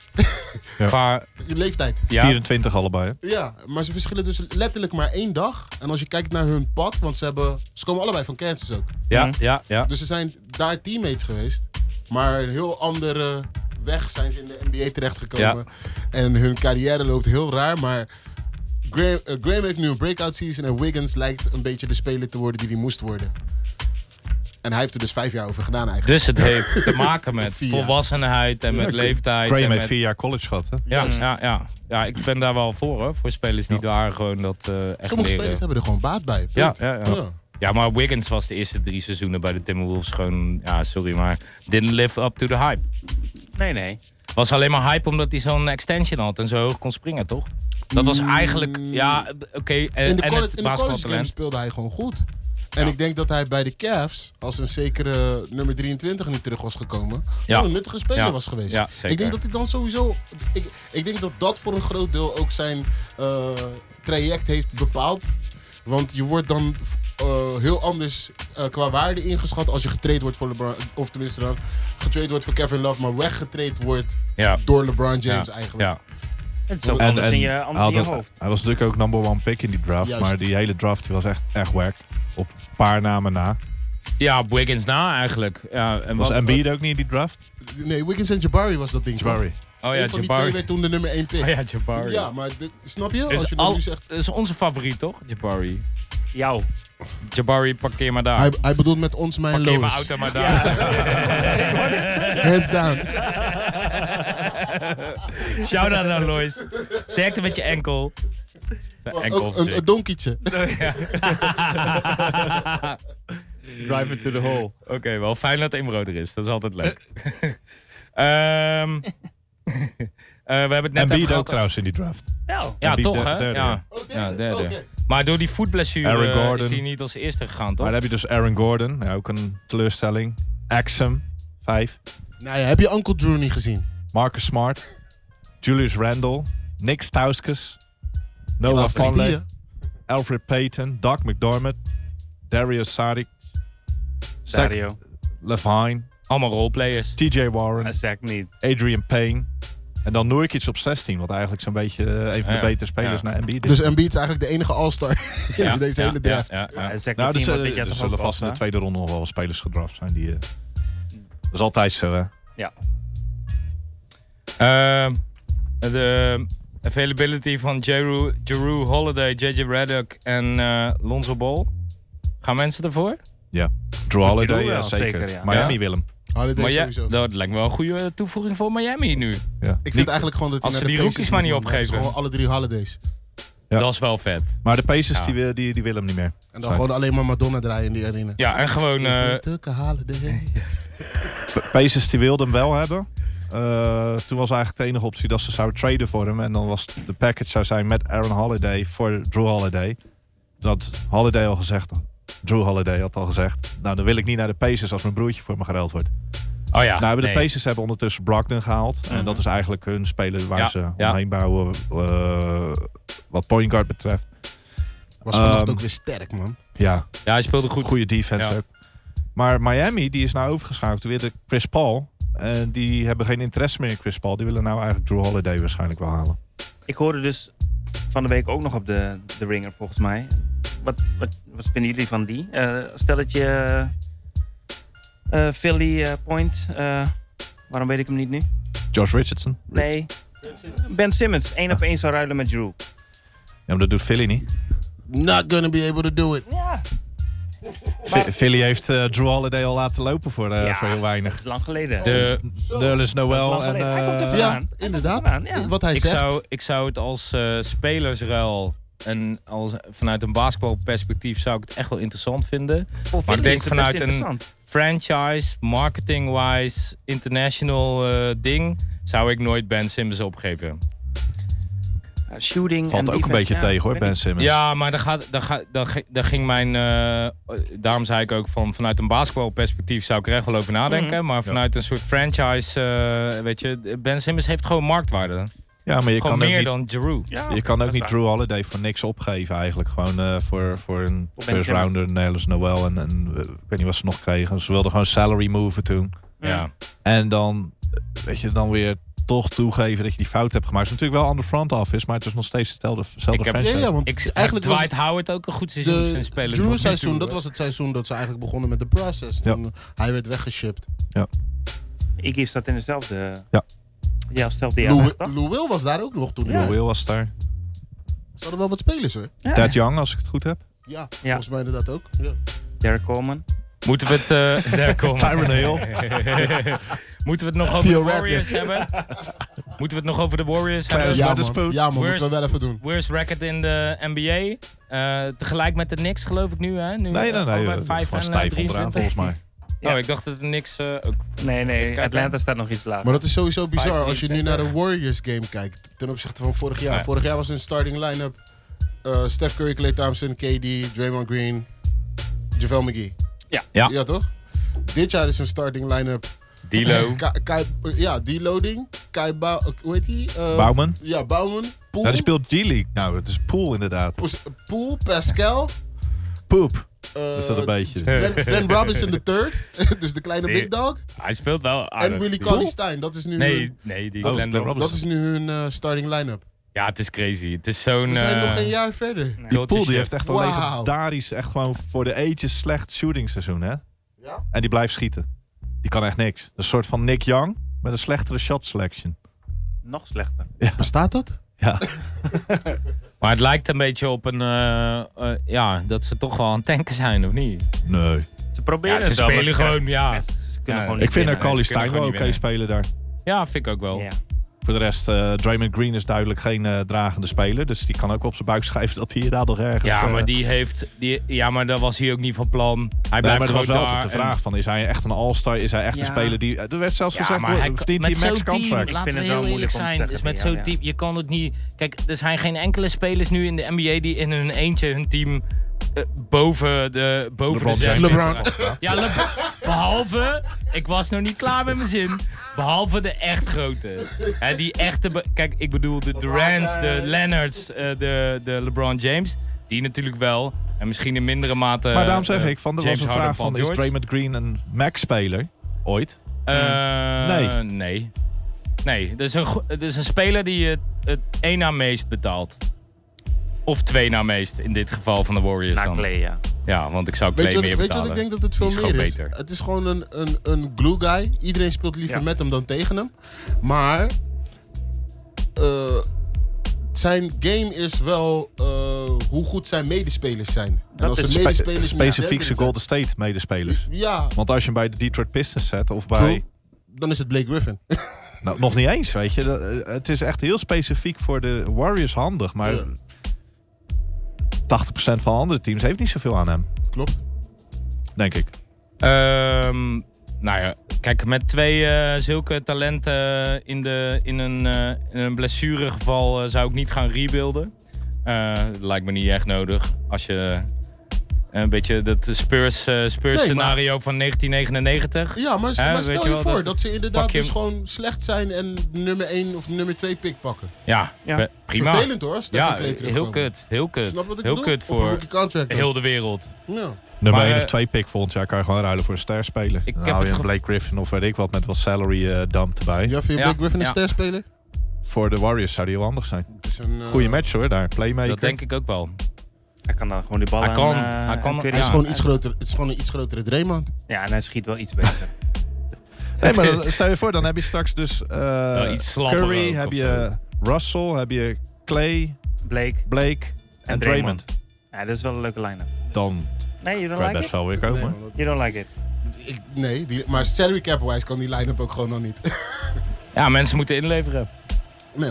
Speaker 3: Ja.
Speaker 1: qua-
Speaker 4: Je leeftijd.
Speaker 1: Ja,
Speaker 3: 24 allebei. hè?
Speaker 4: Ja, maar ze verschillen dus letterlijk maar één dag. En als je kijkt naar hun pad, want ze, hebben, ze komen allebei van Kansas ook.
Speaker 1: ja, ja, ja.
Speaker 4: Dus ze zijn daar teammates geweest. Maar een heel andere weg zijn ze in de NBA terechtgekomen. En hun carrière loopt heel raar. Maar Graham, eh, Graham heeft nu een breakout season. En Wiggins lijkt een beetje de speler te worden die hij moest worden. En hij heeft er dus vijf jaar over gedaan eigenlijk.
Speaker 1: Dus het heeft te maken met
Speaker 4: Vier.
Speaker 1: volwassenheid en met leeftijd. en
Speaker 3: Graham heeft
Speaker 1: met-
Speaker 3: vier jaar college gehad. Hè?
Speaker 1: ja, ja, ja. ja, ik ben daar wel voor hoor. Voor spelers die daar gewoon dat eh echt
Speaker 4: Sommige
Speaker 1: leren.
Speaker 4: spelers hebben er gewoon baat bij. punt.
Speaker 1: Ja, ja, ja. ja, maar Wiggins was de eerste drie seizoenen bij de Timberwolves gewoon... Ja, sorry, maar didn't live up to the hype.
Speaker 2: Nee, nee.
Speaker 1: Was alleen maar hype omdat hij zo'n extension had en zo hoog kon springen, toch? Dat was eigenlijk, ja, oké, en,
Speaker 4: In de,
Speaker 1: en
Speaker 4: colle-
Speaker 1: het
Speaker 4: in de college game
Speaker 1: basketbaltalent.
Speaker 4: speelde hij gewoon goed. En ik denk dat hij bij de Cavs, als een zekere nummer 23 niet terug was gekomen,
Speaker 1: Ja.
Speaker 4: wel een nuttige speler
Speaker 1: Ja.
Speaker 4: was geweest.
Speaker 1: Ja, zeker.
Speaker 4: Ik denk dat hij dan sowieso. Ik, ik denk dat dat voor een groot deel ook zijn eh, traject heeft bepaald. Want je wordt dan eh, heel anders eh, qua waarde ingeschat als je getraind wordt voor LeBron. Of tenminste dan getraind wordt voor Kevin Love, maar weggetraind wordt
Speaker 1: Ja,
Speaker 4: door LeBron James
Speaker 1: ja,
Speaker 4: eigenlijk.
Speaker 1: ja.
Speaker 2: Het is ook
Speaker 4: En-
Speaker 2: anders in
Speaker 3: hij
Speaker 2: je, anders in je
Speaker 3: had het-
Speaker 2: hoofd.
Speaker 3: Hij was natuurlijk ook number one pick in die draft.
Speaker 4: Juist.
Speaker 3: Maar die hele draft die was echt, echt wack. Op een paar namen na.
Speaker 1: ja, op Wiggins na eigenlijk. Ja, en
Speaker 3: Was
Speaker 1: wat-
Speaker 3: Embiid ook niet in die draft?
Speaker 4: Nee, Wiggins en Jabari was dat ding. toch?
Speaker 3: Jabari.
Speaker 1: Oh ja,
Speaker 4: Eén van die twee
Speaker 1: Jabari.
Speaker 4: werd toen de nummer 1 pick.
Speaker 1: Oh ja, Jabari.
Speaker 4: Ja, maar dit- snap je? Als
Speaker 1: Is,
Speaker 4: je dat
Speaker 1: al,
Speaker 4: nu zegt.
Speaker 1: is onze favoriet toch, Jabari?
Speaker 2: Jou.
Speaker 1: Jabari, parkeer maar daar.
Speaker 4: Hij, hij bedoelt met ons mijn
Speaker 1: parkeer mijn
Speaker 4: Loos.
Speaker 1: auto maar daar.
Speaker 4: Hands down.
Speaker 1: Shout out naar Lois. Sterkte met je enkel. Zijn Enkel.
Speaker 4: Ook een, een donkietje.
Speaker 1: ja.
Speaker 3: Drive it to the hole.
Speaker 1: Oké, wel fijn dat Imro er is. Dat is altijd leuk. Ehm, eh, we hebben het net even
Speaker 3: Embiid
Speaker 1: gehad-
Speaker 3: ook trouwens in die draft.
Speaker 2: Nou,
Speaker 1: Ja,
Speaker 3: Embiid
Speaker 1: toch
Speaker 3: derde-
Speaker 1: hè?
Speaker 3: derde,
Speaker 1: ja.
Speaker 3: ja.
Speaker 4: Oh, derde.
Speaker 1: Ja, derde.
Speaker 4: Oké.
Speaker 1: Maar door die
Speaker 3: Aaron
Speaker 1: voetblessure eh, is
Speaker 3: Gordon.
Speaker 1: hij niet als eerste gegaan,
Speaker 3: Maar
Speaker 1: toch?
Speaker 3: dan heb je dus Aaron Gordon. Ja, ook een teleurstelling. Axum. Vijf.
Speaker 4: Nou ja, heb je Uncle Drew niet gezien?
Speaker 3: Marcus Smart. Julius Randle. Nick Stauskas. Noah
Speaker 4: Slaat
Speaker 3: Vonleh.
Speaker 4: Castille.
Speaker 3: Alfred Payton, Doc McDermott, Darius Sadiq, Zach
Speaker 2: Dario.
Speaker 3: Levine,
Speaker 1: Allemaal roleplayers.
Speaker 3: TJ Warren,
Speaker 2: Dat zeg ik niet.
Speaker 3: Adrian Payne. En dan Nurkic op 16, wat eigenlijk zo'n beetje eh, een van de
Speaker 1: Ja,
Speaker 3: betere spelers
Speaker 1: ja.
Speaker 3: naar Embiid is.
Speaker 4: Dus Embiid is eigenlijk de enige all-star in deze hele draft.
Speaker 1: Ja, ja, ja.
Speaker 2: Dat zeg ik
Speaker 3: nou,
Speaker 2: niet,
Speaker 3: dus,
Speaker 2: want
Speaker 3: eh,
Speaker 2: dit jaar
Speaker 3: er
Speaker 2: toch
Speaker 3: zullen
Speaker 2: ook
Speaker 3: vast in de
Speaker 2: wel,
Speaker 3: tweede ronde nog wel wat spelers gedraft zijn. Die, eh, dat is altijd zo, hè?
Speaker 1: Ehm, de availability van Jeru, Jeru Holiday, JJ Reddock en eh, Lonzo Ball. Gaan mensen ervoor?
Speaker 3: Drew Holiday,
Speaker 2: wel,
Speaker 3: ja, zeker.
Speaker 2: zeker, ja.
Speaker 3: Miami
Speaker 4: Ja?
Speaker 3: Willem.
Speaker 4: Holiday
Speaker 1: Maar ja,
Speaker 4: sowieso.
Speaker 1: dat lijkt me wel een goede toevoeging voor Miami nu.
Speaker 3: Ja.
Speaker 4: Ik vind eigenlijk gewoon dat hij
Speaker 1: Als ze
Speaker 4: naar de
Speaker 1: die
Speaker 4: Pacers
Speaker 1: rookies maar
Speaker 4: moet,
Speaker 1: niet
Speaker 4: man. Dat is
Speaker 1: opgeven.
Speaker 4: Gewoon alle drie holidays.
Speaker 3: Ja.
Speaker 1: Dat is wel vet.
Speaker 3: Maar de Pacers,
Speaker 1: Ja.
Speaker 3: die, wil- die, die willen hem niet meer.
Speaker 4: En dan gewoon alleen maar Madonna draaien in die arena.
Speaker 1: Ja, en gewoon... eh,
Speaker 4: Ik ben Tucker Holiday.
Speaker 3: P- Pacers die wilden hem wel hebben. Eh, toen was eigenlijk de enige optie dat ze zouden traden voor hem. En dan was de package zou zijn met Aaron Holiday voor Drew Holiday. Toen had Holiday al gezegd, Drew Holiday had al gezegd... Nou, dan wil ik niet naar de Pacers als mijn broertje voor me gereld wordt.
Speaker 1: oh ja,
Speaker 3: nou, hebben de
Speaker 1: nee.
Speaker 3: Pacers hebben ondertussen Brogdon gehaald. En dat is eigenlijk hun speler waar
Speaker 1: Ja,
Speaker 3: ze
Speaker 1: ja.
Speaker 3: omheen bouwen eh, wat point guard betreft.
Speaker 4: Was vannacht
Speaker 3: Ehm,
Speaker 4: ook weer sterk, man.
Speaker 3: Ja,
Speaker 1: Ja, hij speelde goed.
Speaker 3: goede defense
Speaker 1: Ja.
Speaker 3: ook. Maar Miami, die is nou overgeschakeld weer de Chris Paul. En die hebben geen interesse meer in Chris Paul. Die willen nou eigenlijk Drew Holiday waarschijnlijk wel halen.
Speaker 2: Ik hoorde dus van de week ook nog op de, de Ringer, volgens mij. Wat, wat, wat vinden jullie van die? Eh, stel dat je eh, Philly eh, Point. eh, waarom weet ik hem niet nu?
Speaker 3: Josh Richardson?
Speaker 2: Nee. Ben Simmons. één op één zou ruilen met Drew.
Speaker 3: Ja, maar dat doet Philly niet.
Speaker 4: Not gonna be able to do it.
Speaker 2: Ja.
Speaker 3: Fi- Philly heeft eh, Drew Holiday al laten lopen voor, eh,
Speaker 2: Ja.
Speaker 3: voor heel
Speaker 2: Dat
Speaker 3: weinig. Eh,
Speaker 2: is lang geleden.
Speaker 1: De,
Speaker 3: Nerlens
Speaker 2: Dat
Speaker 3: Noel
Speaker 2: is lang
Speaker 3: en...
Speaker 2: geleden. Hij komt
Speaker 3: eh,
Speaker 2: er
Speaker 4: Ja,
Speaker 2: Vandaan.
Speaker 4: inderdaad.
Speaker 2: Vandaan, ja.
Speaker 4: Wat hij
Speaker 1: ik,
Speaker 4: zegt.
Speaker 1: zou, ik zou het als eh, spelersruil en als, vanuit een basketbalperspectief zou ik het echt wel interessant vinden.
Speaker 2: Voor
Speaker 1: Maar ik
Speaker 2: Philly
Speaker 1: denk
Speaker 2: is het best
Speaker 1: vanuit een-
Speaker 2: interessant.
Speaker 1: Franchise, marketing-wise, international eh, ding, zou ik nooit Ben Simmons opgeven.
Speaker 2: Ja, shooting
Speaker 3: Valt
Speaker 2: en
Speaker 3: ook een
Speaker 2: defense,
Speaker 3: beetje
Speaker 2: ja,
Speaker 3: tegen hoor,
Speaker 2: ik weet
Speaker 3: Ben Simmons.
Speaker 1: Ja, maar daar, gaat, daar, ga- daar, ge- daar ging mijn. eh, daarom zei ik ook van vanuit een basketbalperspectief zou ik er echt wel over nadenken.
Speaker 3: Mhm.
Speaker 1: Maar vanuit een soort franchise, eh, weet je, Ben Simmons heeft gewoon marktwaarde.
Speaker 3: Ja, maar
Speaker 1: gewoon
Speaker 3: je kan, ook
Speaker 1: meer
Speaker 3: niet,
Speaker 1: dan Drew.
Speaker 2: niet. Ja,
Speaker 3: je kan
Speaker 2: dat
Speaker 3: ook
Speaker 2: is
Speaker 3: niet
Speaker 2: waar.
Speaker 3: Drew Holiday voor niks opgeven eigenlijk. Gewoon eh, voor, voor een
Speaker 2: Ben
Speaker 3: first
Speaker 2: Simmons.
Speaker 3: rounder, Nerlens Noel en, en eh, ik weet niet wat ze nog kregen. Ze wilden gewoon salary move toen.
Speaker 1: Ja.
Speaker 3: En dan, eh, weet je, dan weer toch toegeven dat je die fout hebt gemaakt. Het is natuurlijk wel een ander front office, maar het is nog steeds hetzelfde, hetzelfde
Speaker 1: Ik heb-
Speaker 4: Ja,
Speaker 3: franchise.
Speaker 4: ja, want
Speaker 1: Ik,
Speaker 4: eigenlijk
Speaker 1: eigenlijk
Speaker 4: was
Speaker 1: Eh, Dwight
Speaker 4: het
Speaker 1: Howard ook een goed seizoen
Speaker 4: de
Speaker 1: zijn spelen. tot nu
Speaker 4: Drew
Speaker 1: toe,
Speaker 4: seizoen, dat
Speaker 1: hè.
Speaker 4: was het seizoen dat ze eigenlijk begonnen met de process.
Speaker 3: Ja.
Speaker 4: En hij werd weggeshipped.
Speaker 2: Iggy staat in dezelfde...
Speaker 3: Ja.
Speaker 2: Ja, hetzelfde
Speaker 4: Ja,
Speaker 2: jaar, toch?
Speaker 4: Lou Will was daar ook nog toen.
Speaker 3: Lou
Speaker 4: Ja.
Speaker 3: Will was daar.
Speaker 4: Ze hadden wel wat spelers, hè?
Speaker 2: Ja.
Speaker 3: Ted Young, als ik het goed heb.
Speaker 4: Ja, volgens mij inderdaad ook. Ja.
Speaker 2: Derek Coleman.
Speaker 1: Moeten we het. eh daar komen.
Speaker 3: Tyron Hill.
Speaker 1: Moeten we het nog over
Speaker 4: Theo
Speaker 1: de Warriors
Speaker 4: Radcliffe.
Speaker 1: hebben? Moeten we het nog over de Warriors hebben?
Speaker 3: Clarence
Speaker 4: Ja,
Speaker 3: maar de
Speaker 4: man,
Speaker 3: spoon.
Speaker 4: ja, man moeten
Speaker 1: Worst-
Speaker 4: we wel even doen.
Speaker 1: Worst record in de NBA. Eh, tegelijk met de Knicks, geloof ik nu. Hè? nu
Speaker 3: Nee, nee, nee. eh,
Speaker 1: 5
Speaker 3: Gewoon
Speaker 1: en eh,
Speaker 3: stijf onderaan
Speaker 1: 23.
Speaker 3: volgens mij.
Speaker 2: Ja.
Speaker 1: Oh, ik dacht dat de Knicks eh, ook...
Speaker 2: Nee, nee.
Speaker 1: kijken.
Speaker 2: Atlanta staat nog iets lager.
Speaker 4: Maar dat is sowieso bizar
Speaker 1: 15,
Speaker 4: als je nu naar de Warriors game kijkt ten opzichte van vorig jaar.
Speaker 1: Ja.
Speaker 4: Vorig jaar was hun starting line-up eh, Steph Curry, Klay Thompson, KD, Draymond Green, JaVale McGee.
Speaker 2: Ja.
Speaker 1: Ja.
Speaker 4: toch? Dit jaar is hun starting line-up.
Speaker 1: Dilo.
Speaker 4: Ka- Kai- eh, ja, D-loading. Kai Bau- eh, hoe heet die? Eh,
Speaker 3: Bouwman.
Speaker 4: Ja, Bouwman. Poel,
Speaker 3: Nou, die speelt G-League. Nou, het is Pool inderdaad.
Speaker 4: Poel, Pascal.
Speaker 3: Poep.
Speaker 4: eh,
Speaker 3: Is dat een beetje.
Speaker 4: Glenn, Glenn Robinson III, dus de kleine
Speaker 1: Nee. Ah,
Speaker 4: big dog.
Speaker 1: Hij speelt wel
Speaker 4: En
Speaker 1: aardig.
Speaker 4: Willie
Speaker 1: Die-
Speaker 4: Colley Stein, dat is nu,
Speaker 1: Nee, nee, die
Speaker 3: Oh,
Speaker 1: Glenn
Speaker 3: Glenn
Speaker 1: Robinson.
Speaker 4: dat is nu hun eh, starting line-up.
Speaker 1: Ja, het is crazy. Het is zo'n...
Speaker 4: We zijn
Speaker 1: eh,
Speaker 4: nog geen jaar verder.
Speaker 3: Die Poel die
Speaker 1: cultische-
Speaker 3: heeft echt een
Speaker 4: Wauw.
Speaker 3: legendarisch, echt gewoon voor de ages slecht shooting seizoen, hè?
Speaker 4: Ja.
Speaker 3: En die blijft schieten. Die kan echt niks. Een soort van Nick Young met een slechtere shot selection.
Speaker 2: Nog slechter.
Speaker 4: Bestaat dat?
Speaker 3: Ja.
Speaker 1: Maar het lijkt een beetje op een... eh, eh, ja, dat ze toch wel aan het tanken zijn, of niet?
Speaker 3: Nee.
Speaker 2: Ze
Speaker 1: Ja,
Speaker 2: proberen
Speaker 1: ze
Speaker 2: het wel, maar
Speaker 1: spelen
Speaker 2: krijgen
Speaker 1: gewoon, ja.
Speaker 2: best- Ze
Speaker 1: Ja,
Speaker 2: kunnen gewoon
Speaker 3: Ik
Speaker 2: niet
Speaker 3: vind
Speaker 1: winnen.
Speaker 3: dat
Speaker 1: Ze kunnen
Speaker 3: Carly Stein wel
Speaker 1: gewoon
Speaker 3: oké
Speaker 1: niet winnen.
Speaker 3: spelen daar.
Speaker 1: Ja, vind ik ook wel.
Speaker 2: winnen. Ja.
Speaker 3: Voor de rest, eh Draymond Green is duidelijk geen eh, dragende speler. Dus die kan ook wel op zijn buik schrijven dat hij inderdaad nog ergens...
Speaker 1: Ja,
Speaker 3: eh,
Speaker 1: maar die heeft... Die, ja, maar dat was hij ook niet van plan. Hij
Speaker 3: Nee,
Speaker 1: blijft
Speaker 3: maar er was
Speaker 1: gewoon
Speaker 3: wel
Speaker 1: daar.
Speaker 3: altijd de
Speaker 1: en-
Speaker 3: vraag van, is hij echt een all-star? Is hij echt een
Speaker 2: Ja.
Speaker 3: speler die... Er werd zelfs
Speaker 1: Ja,
Speaker 3: gezegd,
Speaker 2: "Oh,
Speaker 1: maar hij
Speaker 3: hoor,
Speaker 1: kan-
Speaker 3: verdient hij
Speaker 1: met
Speaker 3: een
Speaker 1: zo'n
Speaker 3: max
Speaker 1: team,
Speaker 3: contract?
Speaker 2: Ik
Speaker 1: laten
Speaker 2: vind
Speaker 1: we
Speaker 2: het
Speaker 1: heel
Speaker 2: wel
Speaker 1: eerlijk
Speaker 2: moeilijk om te
Speaker 1: zijn.
Speaker 2: zeggen,
Speaker 1: Is met
Speaker 2: ja,
Speaker 1: zo'n
Speaker 2: ja.
Speaker 1: team, je kan het niet... Kijk, er zijn geen enkele spelers nu in de NBA die in hun eentje hun team eh, boven de, boven de
Speaker 3: LeBron
Speaker 1: zes
Speaker 3: James.
Speaker 1: vinden.
Speaker 4: LeBron.
Speaker 1: Ja, Le- behalve, ik was nog niet klaar met mijn zin. Behalve de echt grote. Hè, die echte, be- kijk, ik bedoel de Durants, de Leonards, eh, de, de LeBron James. Die natuurlijk wel. En misschien in mindere mate.
Speaker 3: Maar daarom zeg
Speaker 1: eh,
Speaker 3: ik, van, er
Speaker 1: James
Speaker 3: was een
Speaker 1: Harden,
Speaker 3: vraag
Speaker 1: Paul
Speaker 3: van, is
Speaker 1: George.
Speaker 3: Draymond Green een max-speler? Ooit?
Speaker 1: Eh, Nee. Nee, dat is een, go- dat is een speler die het, het één na meest betaalt. Of twee na meest, in dit geval van de Warriors
Speaker 2: Na
Speaker 1: Dus dan.
Speaker 2: Clay, ja.
Speaker 1: Ja, want ik zou Clay
Speaker 4: Weet je, wat,
Speaker 1: meer
Speaker 4: weet je
Speaker 1: betalen.
Speaker 4: wat ik denk dat het veel
Speaker 1: Die is
Speaker 4: meer
Speaker 1: gewoon
Speaker 4: is?
Speaker 1: beter.
Speaker 4: Het is gewoon een, een, een glue guy. Iedereen speelt liever
Speaker 2: Ja.
Speaker 4: met hem dan tegen hem. Maar eh, zijn game is wel eh, hoe goed zijn medespelers zijn. en als
Speaker 3: is
Speaker 4: de medespelers niet
Speaker 3: specifiek zijn
Speaker 4: denken,
Speaker 3: Golden State medespelers.
Speaker 4: Ja,
Speaker 3: Want als je hem bij de Detroit Pistons zet of bij...
Speaker 4: true. Dan is het Blake Griffin.
Speaker 3: Nou, nog niet eens, weet je. Dat, eh, Het is echt heel specifiek voor de Warriors handig. Maar
Speaker 4: Ja.
Speaker 3: 80% van andere teams heeft niet zoveel aan hem,
Speaker 4: Klopt.
Speaker 3: denk ik.
Speaker 1: Ehm, nou ja, kijk, met twee eh, zulke talenten in, de, in, een, eh, in een blessuregeval eh, zou ik niet gaan rebuilden. Eh, lijkt me niet echt nodig. Als je eh, een beetje dat Spurs, eh, Spurs
Speaker 4: maar-
Speaker 1: scenario van 1999.
Speaker 4: Ja, maar,
Speaker 1: Ja,
Speaker 4: maar
Speaker 1: weet
Speaker 4: stel
Speaker 1: je
Speaker 4: je,
Speaker 1: wel,
Speaker 4: voor
Speaker 1: dat-
Speaker 4: dat, ze inderdaad
Speaker 1: pak je
Speaker 4: dus
Speaker 1: hem-
Speaker 4: gewoon slecht zijn en nummer 1 of nummer 2 pick pakken.
Speaker 1: Ja,
Speaker 2: Ja.
Speaker 1: be- prima.
Speaker 4: Vervelend hoor, Stephen
Speaker 1: Ja,
Speaker 4: Clay
Speaker 1: heel
Speaker 4: terugkomen.
Speaker 1: kut. Heel kut.
Speaker 4: Snap wat ik
Speaker 1: heel
Speaker 4: bedoel?
Speaker 1: kut
Speaker 4: Op een
Speaker 1: voor
Speaker 4: rookie contract dan.
Speaker 1: heel de wereld.
Speaker 4: Ja.
Speaker 3: Nummer
Speaker 1: Maar,
Speaker 3: 1
Speaker 1: eh,
Speaker 3: of 2 pick volgend jaar kan je gewoon ruilen voor een sterspeler.
Speaker 1: Ik
Speaker 3: Ik
Speaker 1: heb
Speaker 3: heb
Speaker 1: het
Speaker 3: Nou, je een
Speaker 1: gevo-
Speaker 3: Blake Griffin of weet ik wat met wat salary eh dump erbij.
Speaker 4: Ja, vind je
Speaker 1: Ja,
Speaker 4: Blake Griffin een
Speaker 1: ja.
Speaker 4: ster spelen?
Speaker 3: Voor de Warriors zou die heel handig zijn.
Speaker 4: Het is een, eh,
Speaker 3: Goeie match hoor, daar. Playmaker.
Speaker 1: Dat denk ik ook wel.
Speaker 2: Hij kan dan gewoon die bal
Speaker 1: Hij
Speaker 2: aan,
Speaker 1: kan,
Speaker 2: eh,
Speaker 1: hij kan,
Speaker 2: aan Curry.
Speaker 1: hij
Speaker 4: Het is
Speaker 1: Ja,
Speaker 4: gewoon iets groter. Het is gewoon een iets grotere Draymond.
Speaker 2: Ja, en hij schiet wel iets beter.
Speaker 3: Nee, maar dan- stel je voor, dan heb je straks dus eh,
Speaker 1: iets slapper
Speaker 3: Curry,
Speaker 1: ook
Speaker 3: heb
Speaker 1: of
Speaker 3: je Russell, heb je Clay,
Speaker 2: Blake en,
Speaker 3: Blake en, Draymond.
Speaker 2: Draymond. Ja, dat is wel een leuke line-up.
Speaker 3: Dan
Speaker 2: Nee, you
Speaker 3: kan
Speaker 2: don't
Speaker 3: je
Speaker 2: like
Speaker 3: best
Speaker 2: it?
Speaker 3: wel weer komen.
Speaker 4: Draymond.
Speaker 2: You don't like it.
Speaker 4: Ik, nee, die, maar salary cap wise kan die line-up ook gewoon nog niet.
Speaker 1: Ja, mensen moeten inleveren.
Speaker 4: nee,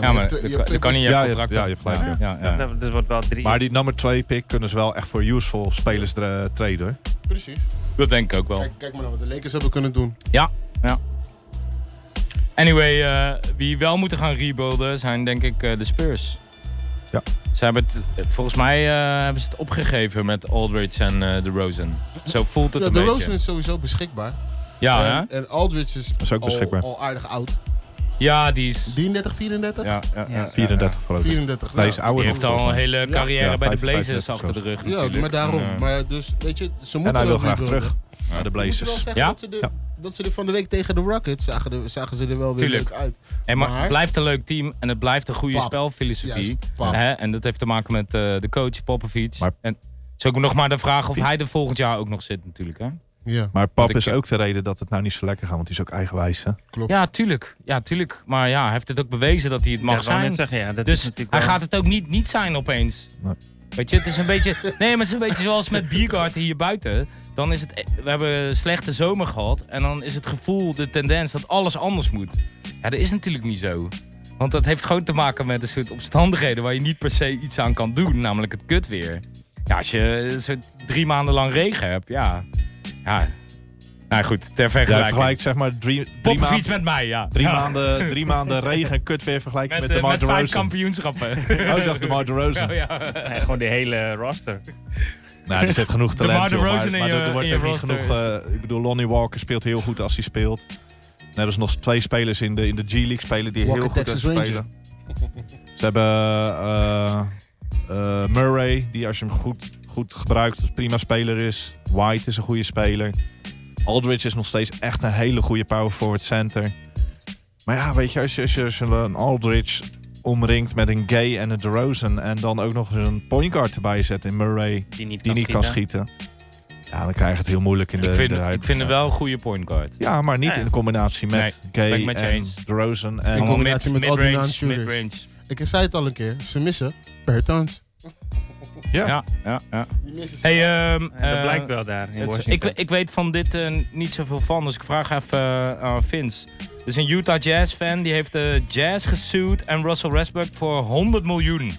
Speaker 1: Ja, maar
Speaker 4: je hebt- eh, je
Speaker 1: dat
Speaker 4: hebt
Speaker 1: kan- dat kan niet. Je
Speaker 3: Ja,
Speaker 1: hebt
Speaker 3: je-
Speaker 1: contracten.
Speaker 3: ja, je hebt gelijk,
Speaker 1: Ja, ja, ja.
Speaker 2: Dat, dat wordt wel drie.
Speaker 3: Maar die nummer 2 pick kunnen ze wel echt voor useful spelers eh, traden. hoor.
Speaker 4: Precies.
Speaker 1: Dat denk ik ook wel.
Speaker 4: Kijk, kijk maar naar wat de Lakers hebben kunnen doen.
Speaker 1: Ja, ja. Anyway, eh, wie wel moeten gaan rebuilden zijn denk ik eh, de Spurs.
Speaker 3: Ja.
Speaker 1: Ze hebben het, eh, volgens mij eh, hebben ze het opgegeven met Aldridge en eh de Rosen. Zo voelt het
Speaker 4: Ja,
Speaker 1: een
Speaker 4: de
Speaker 1: beetje.
Speaker 4: Rosen is sowieso beschikbaar.
Speaker 1: Ja,
Speaker 4: en,
Speaker 1: hè?
Speaker 4: en Aldridge is,
Speaker 3: Is ook
Speaker 4: al-
Speaker 3: beschikbaar.
Speaker 4: Al, aardig oud.
Speaker 1: Ja, die is...
Speaker 4: 33, 34?
Speaker 1: Ja, ja, ja.
Speaker 2: Ja.
Speaker 3: 34 geloof ik.
Speaker 4: 34.
Speaker 3: Hij
Speaker 4: nou.
Speaker 3: is ouder.
Speaker 1: Die
Speaker 3: dan
Speaker 1: heeft al een
Speaker 3: volgens mij.
Speaker 1: hele carrière
Speaker 3: Ja,
Speaker 1: bij de
Speaker 3: 55
Speaker 1: Blazers achter de
Speaker 3: procent.
Speaker 1: rug
Speaker 4: Ja,
Speaker 1: natuurlijk.
Speaker 4: maar daarom.
Speaker 1: En, eh,
Speaker 4: Maar dus, weet je, ze moeten
Speaker 3: En hij wil
Speaker 4: wel
Speaker 3: graag
Speaker 4: rebuilden.
Speaker 3: terug naar de
Speaker 4: Ik moet wel
Speaker 3: Blazers.
Speaker 4: zeggen
Speaker 1: Ja?
Speaker 4: dat, ze er,
Speaker 3: Ja.
Speaker 4: dat ze er van de week tegen de Rockets zagen, er- zagen ze er wel weer
Speaker 1: Tuurlijk.
Speaker 4: leuk uit.
Speaker 1: Hey, maar het
Speaker 4: Maar-
Speaker 1: blijft een leuk team en het blijft een goede
Speaker 4: Pap.
Speaker 1: spelfilosofie.
Speaker 4: Juist, pap.
Speaker 1: Hè? En dat heeft te maken met eh, de coach Popovic.
Speaker 3: Maar-
Speaker 1: En het is ook nog maar de vraag of hij er volgend jaar ook nog zit natuurlijk. Hè?
Speaker 4: Ja,
Speaker 3: Maar
Speaker 1: Want
Speaker 3: pap
Speaker 1: ik-
Speaker 3: is ook de reden dat het nou niet zo lekker gaat, want hij is ook eigenwijs. Hè?
Speaker 1: Ja, tuurlijk. Ja, tuurlijk. Maar ja, hij heeft het ook bewezen dat hij het mag
Speaker 2: dat wou ik
Speaker 1: zijn.
Speaker 2: net zeggen, ja. Dat is
Speaker 1: Dus
Speaker 2: natuurlijk
Speaker 1: hij
Speaker 2: wel-
Speaker 1: gaat het ook niet niet zijn opeens.
Speaker 3: Nee.
Speaker 1: Weet je, het is een beetje... Nee, maar het is een beetje zoals met Biergarten hier buiten. Dan is het... We hebben een slechte zomer gehad. En dan is het gevoel, de tendens dat alles anders moet. Ja, dat is natuurlijk niet zo. Want dat heeft gewoon te maken met een soort omstandigheden... waar je niet per se iets aan kan doen. Namelijk het kutweer. Ja, als je een soort drie maanden lang regen hebt, ja. Ja. Nou goed, ter
Speaker 3: Jij
Speaker 1: vergelijking.
Speaker 3: vergelijkt zeg maar drie, drie,
Speaker 1: Popovic
Speaker 3: maanden,
Speaker 1: met mij, ja.
Speaker 3: drie,
Speaker 1: Ja.
Speaker 3: maanden, drie maanden regen en kut weer vergelijken
Speaker 1: Met,
Speaker 3: met,
Speaker 1: eh,
Speaker 3: de
Speaker 1: met
Speaker 3: DeMar
Speaker 1: vijf
Speaker 3: DeRozan.
Speaker 1: kampioenschappen.
Speaker 3: Oh, ik dacht DeMar DeRozan.
Speaker 1: Oh, ja.
Speaker 2: Nee, gewoon die hele roster.
Speaker 3: Nou, er zit genoeg
Speaker 1: DeMar
Speaker 3: talent in, maar,
Speaker 1: DeRozan in
Speaker 3: maar
Speaker 1: je-
Speaker 3: er- er wordt
Speaker 1: in
Speaker 3: ook
Speaker 1: je
Speaker 3: niet genoeg...
Speaker 1: roster.
Speaker 3: eh, ik bedoel, Lonnie Walker speelt heel goed als hij speelt. Net als nog twee spelers in de, in de G-League spelen die
Speaker 4: Walker
Speaker 3: heel goed
Speaker 4: Texas
Speaker 3: kunnen
Speaker 4: Ranger.
Speaker 3: spelen. Ze hebben eh, eh, Murray, die als je hem goed, goed gebruikt een prima speler is. White is een goede speler. Aldridge is nog steeds echt een hele goede power forward center. Maar ja, weet je, als je, als je, als je een Aldridge omringt met een Gay en een DeRozan... en dan ook nog eens een point guard erbij zet in Murray
Speaker 2: Die niet
Speaker 3: die
Speaker 2: kan
Speaker 3: niet
Speaker 2: schieten.
Speaker 3: kan schieten. Ja, dan krijg je het heel moeilijk in de,
Speaker 1: Ik vind,
Speaker 3: de
Speaker 1: ik
Speaker 3: huidige
Speaker 1: vind hem
Speaker 3: tijd.
Speaker 1: wel een goede point guard.
Speaker 3: Ja, maar niet
Speaker 2: Ja.
Speaker 3: in combinatie met
Speaker 1: ben
Speaker 3: Gay
Speaker 1: ik met je
Speaker 3: en
Speaker 1: eens.
Speaker 3: DeRozan
Speaker 4: In
Speaker 3: en...
Speaker 4: Kom- combinatie met al die
Speaker 1: midrange,
Speaker 4: non-shooters.
Speaker 1: midrange.
Speaker 4: Ik zei het al een keer. Ze missen Bertans.
Speaker 3: Ja.
Speaker 1: Ja, ja, ja.
Speaker 4: Die missen ze.
Speaker 1: Hey, ehm,
Speaker 2: En dat
Speaker 1: eh,
Speaker 2: blijkt wel daar in
Speaker 1: het-
Speaker 2: Washington.
Speaker 1: ik, ik weet van dit eh, niet zoveel van, dus ik vraag even eh, aan Vince. Er is een Utah Jazz fan, die heeft de Jazz gesued en Russell Westbrook voor 100 miljoen.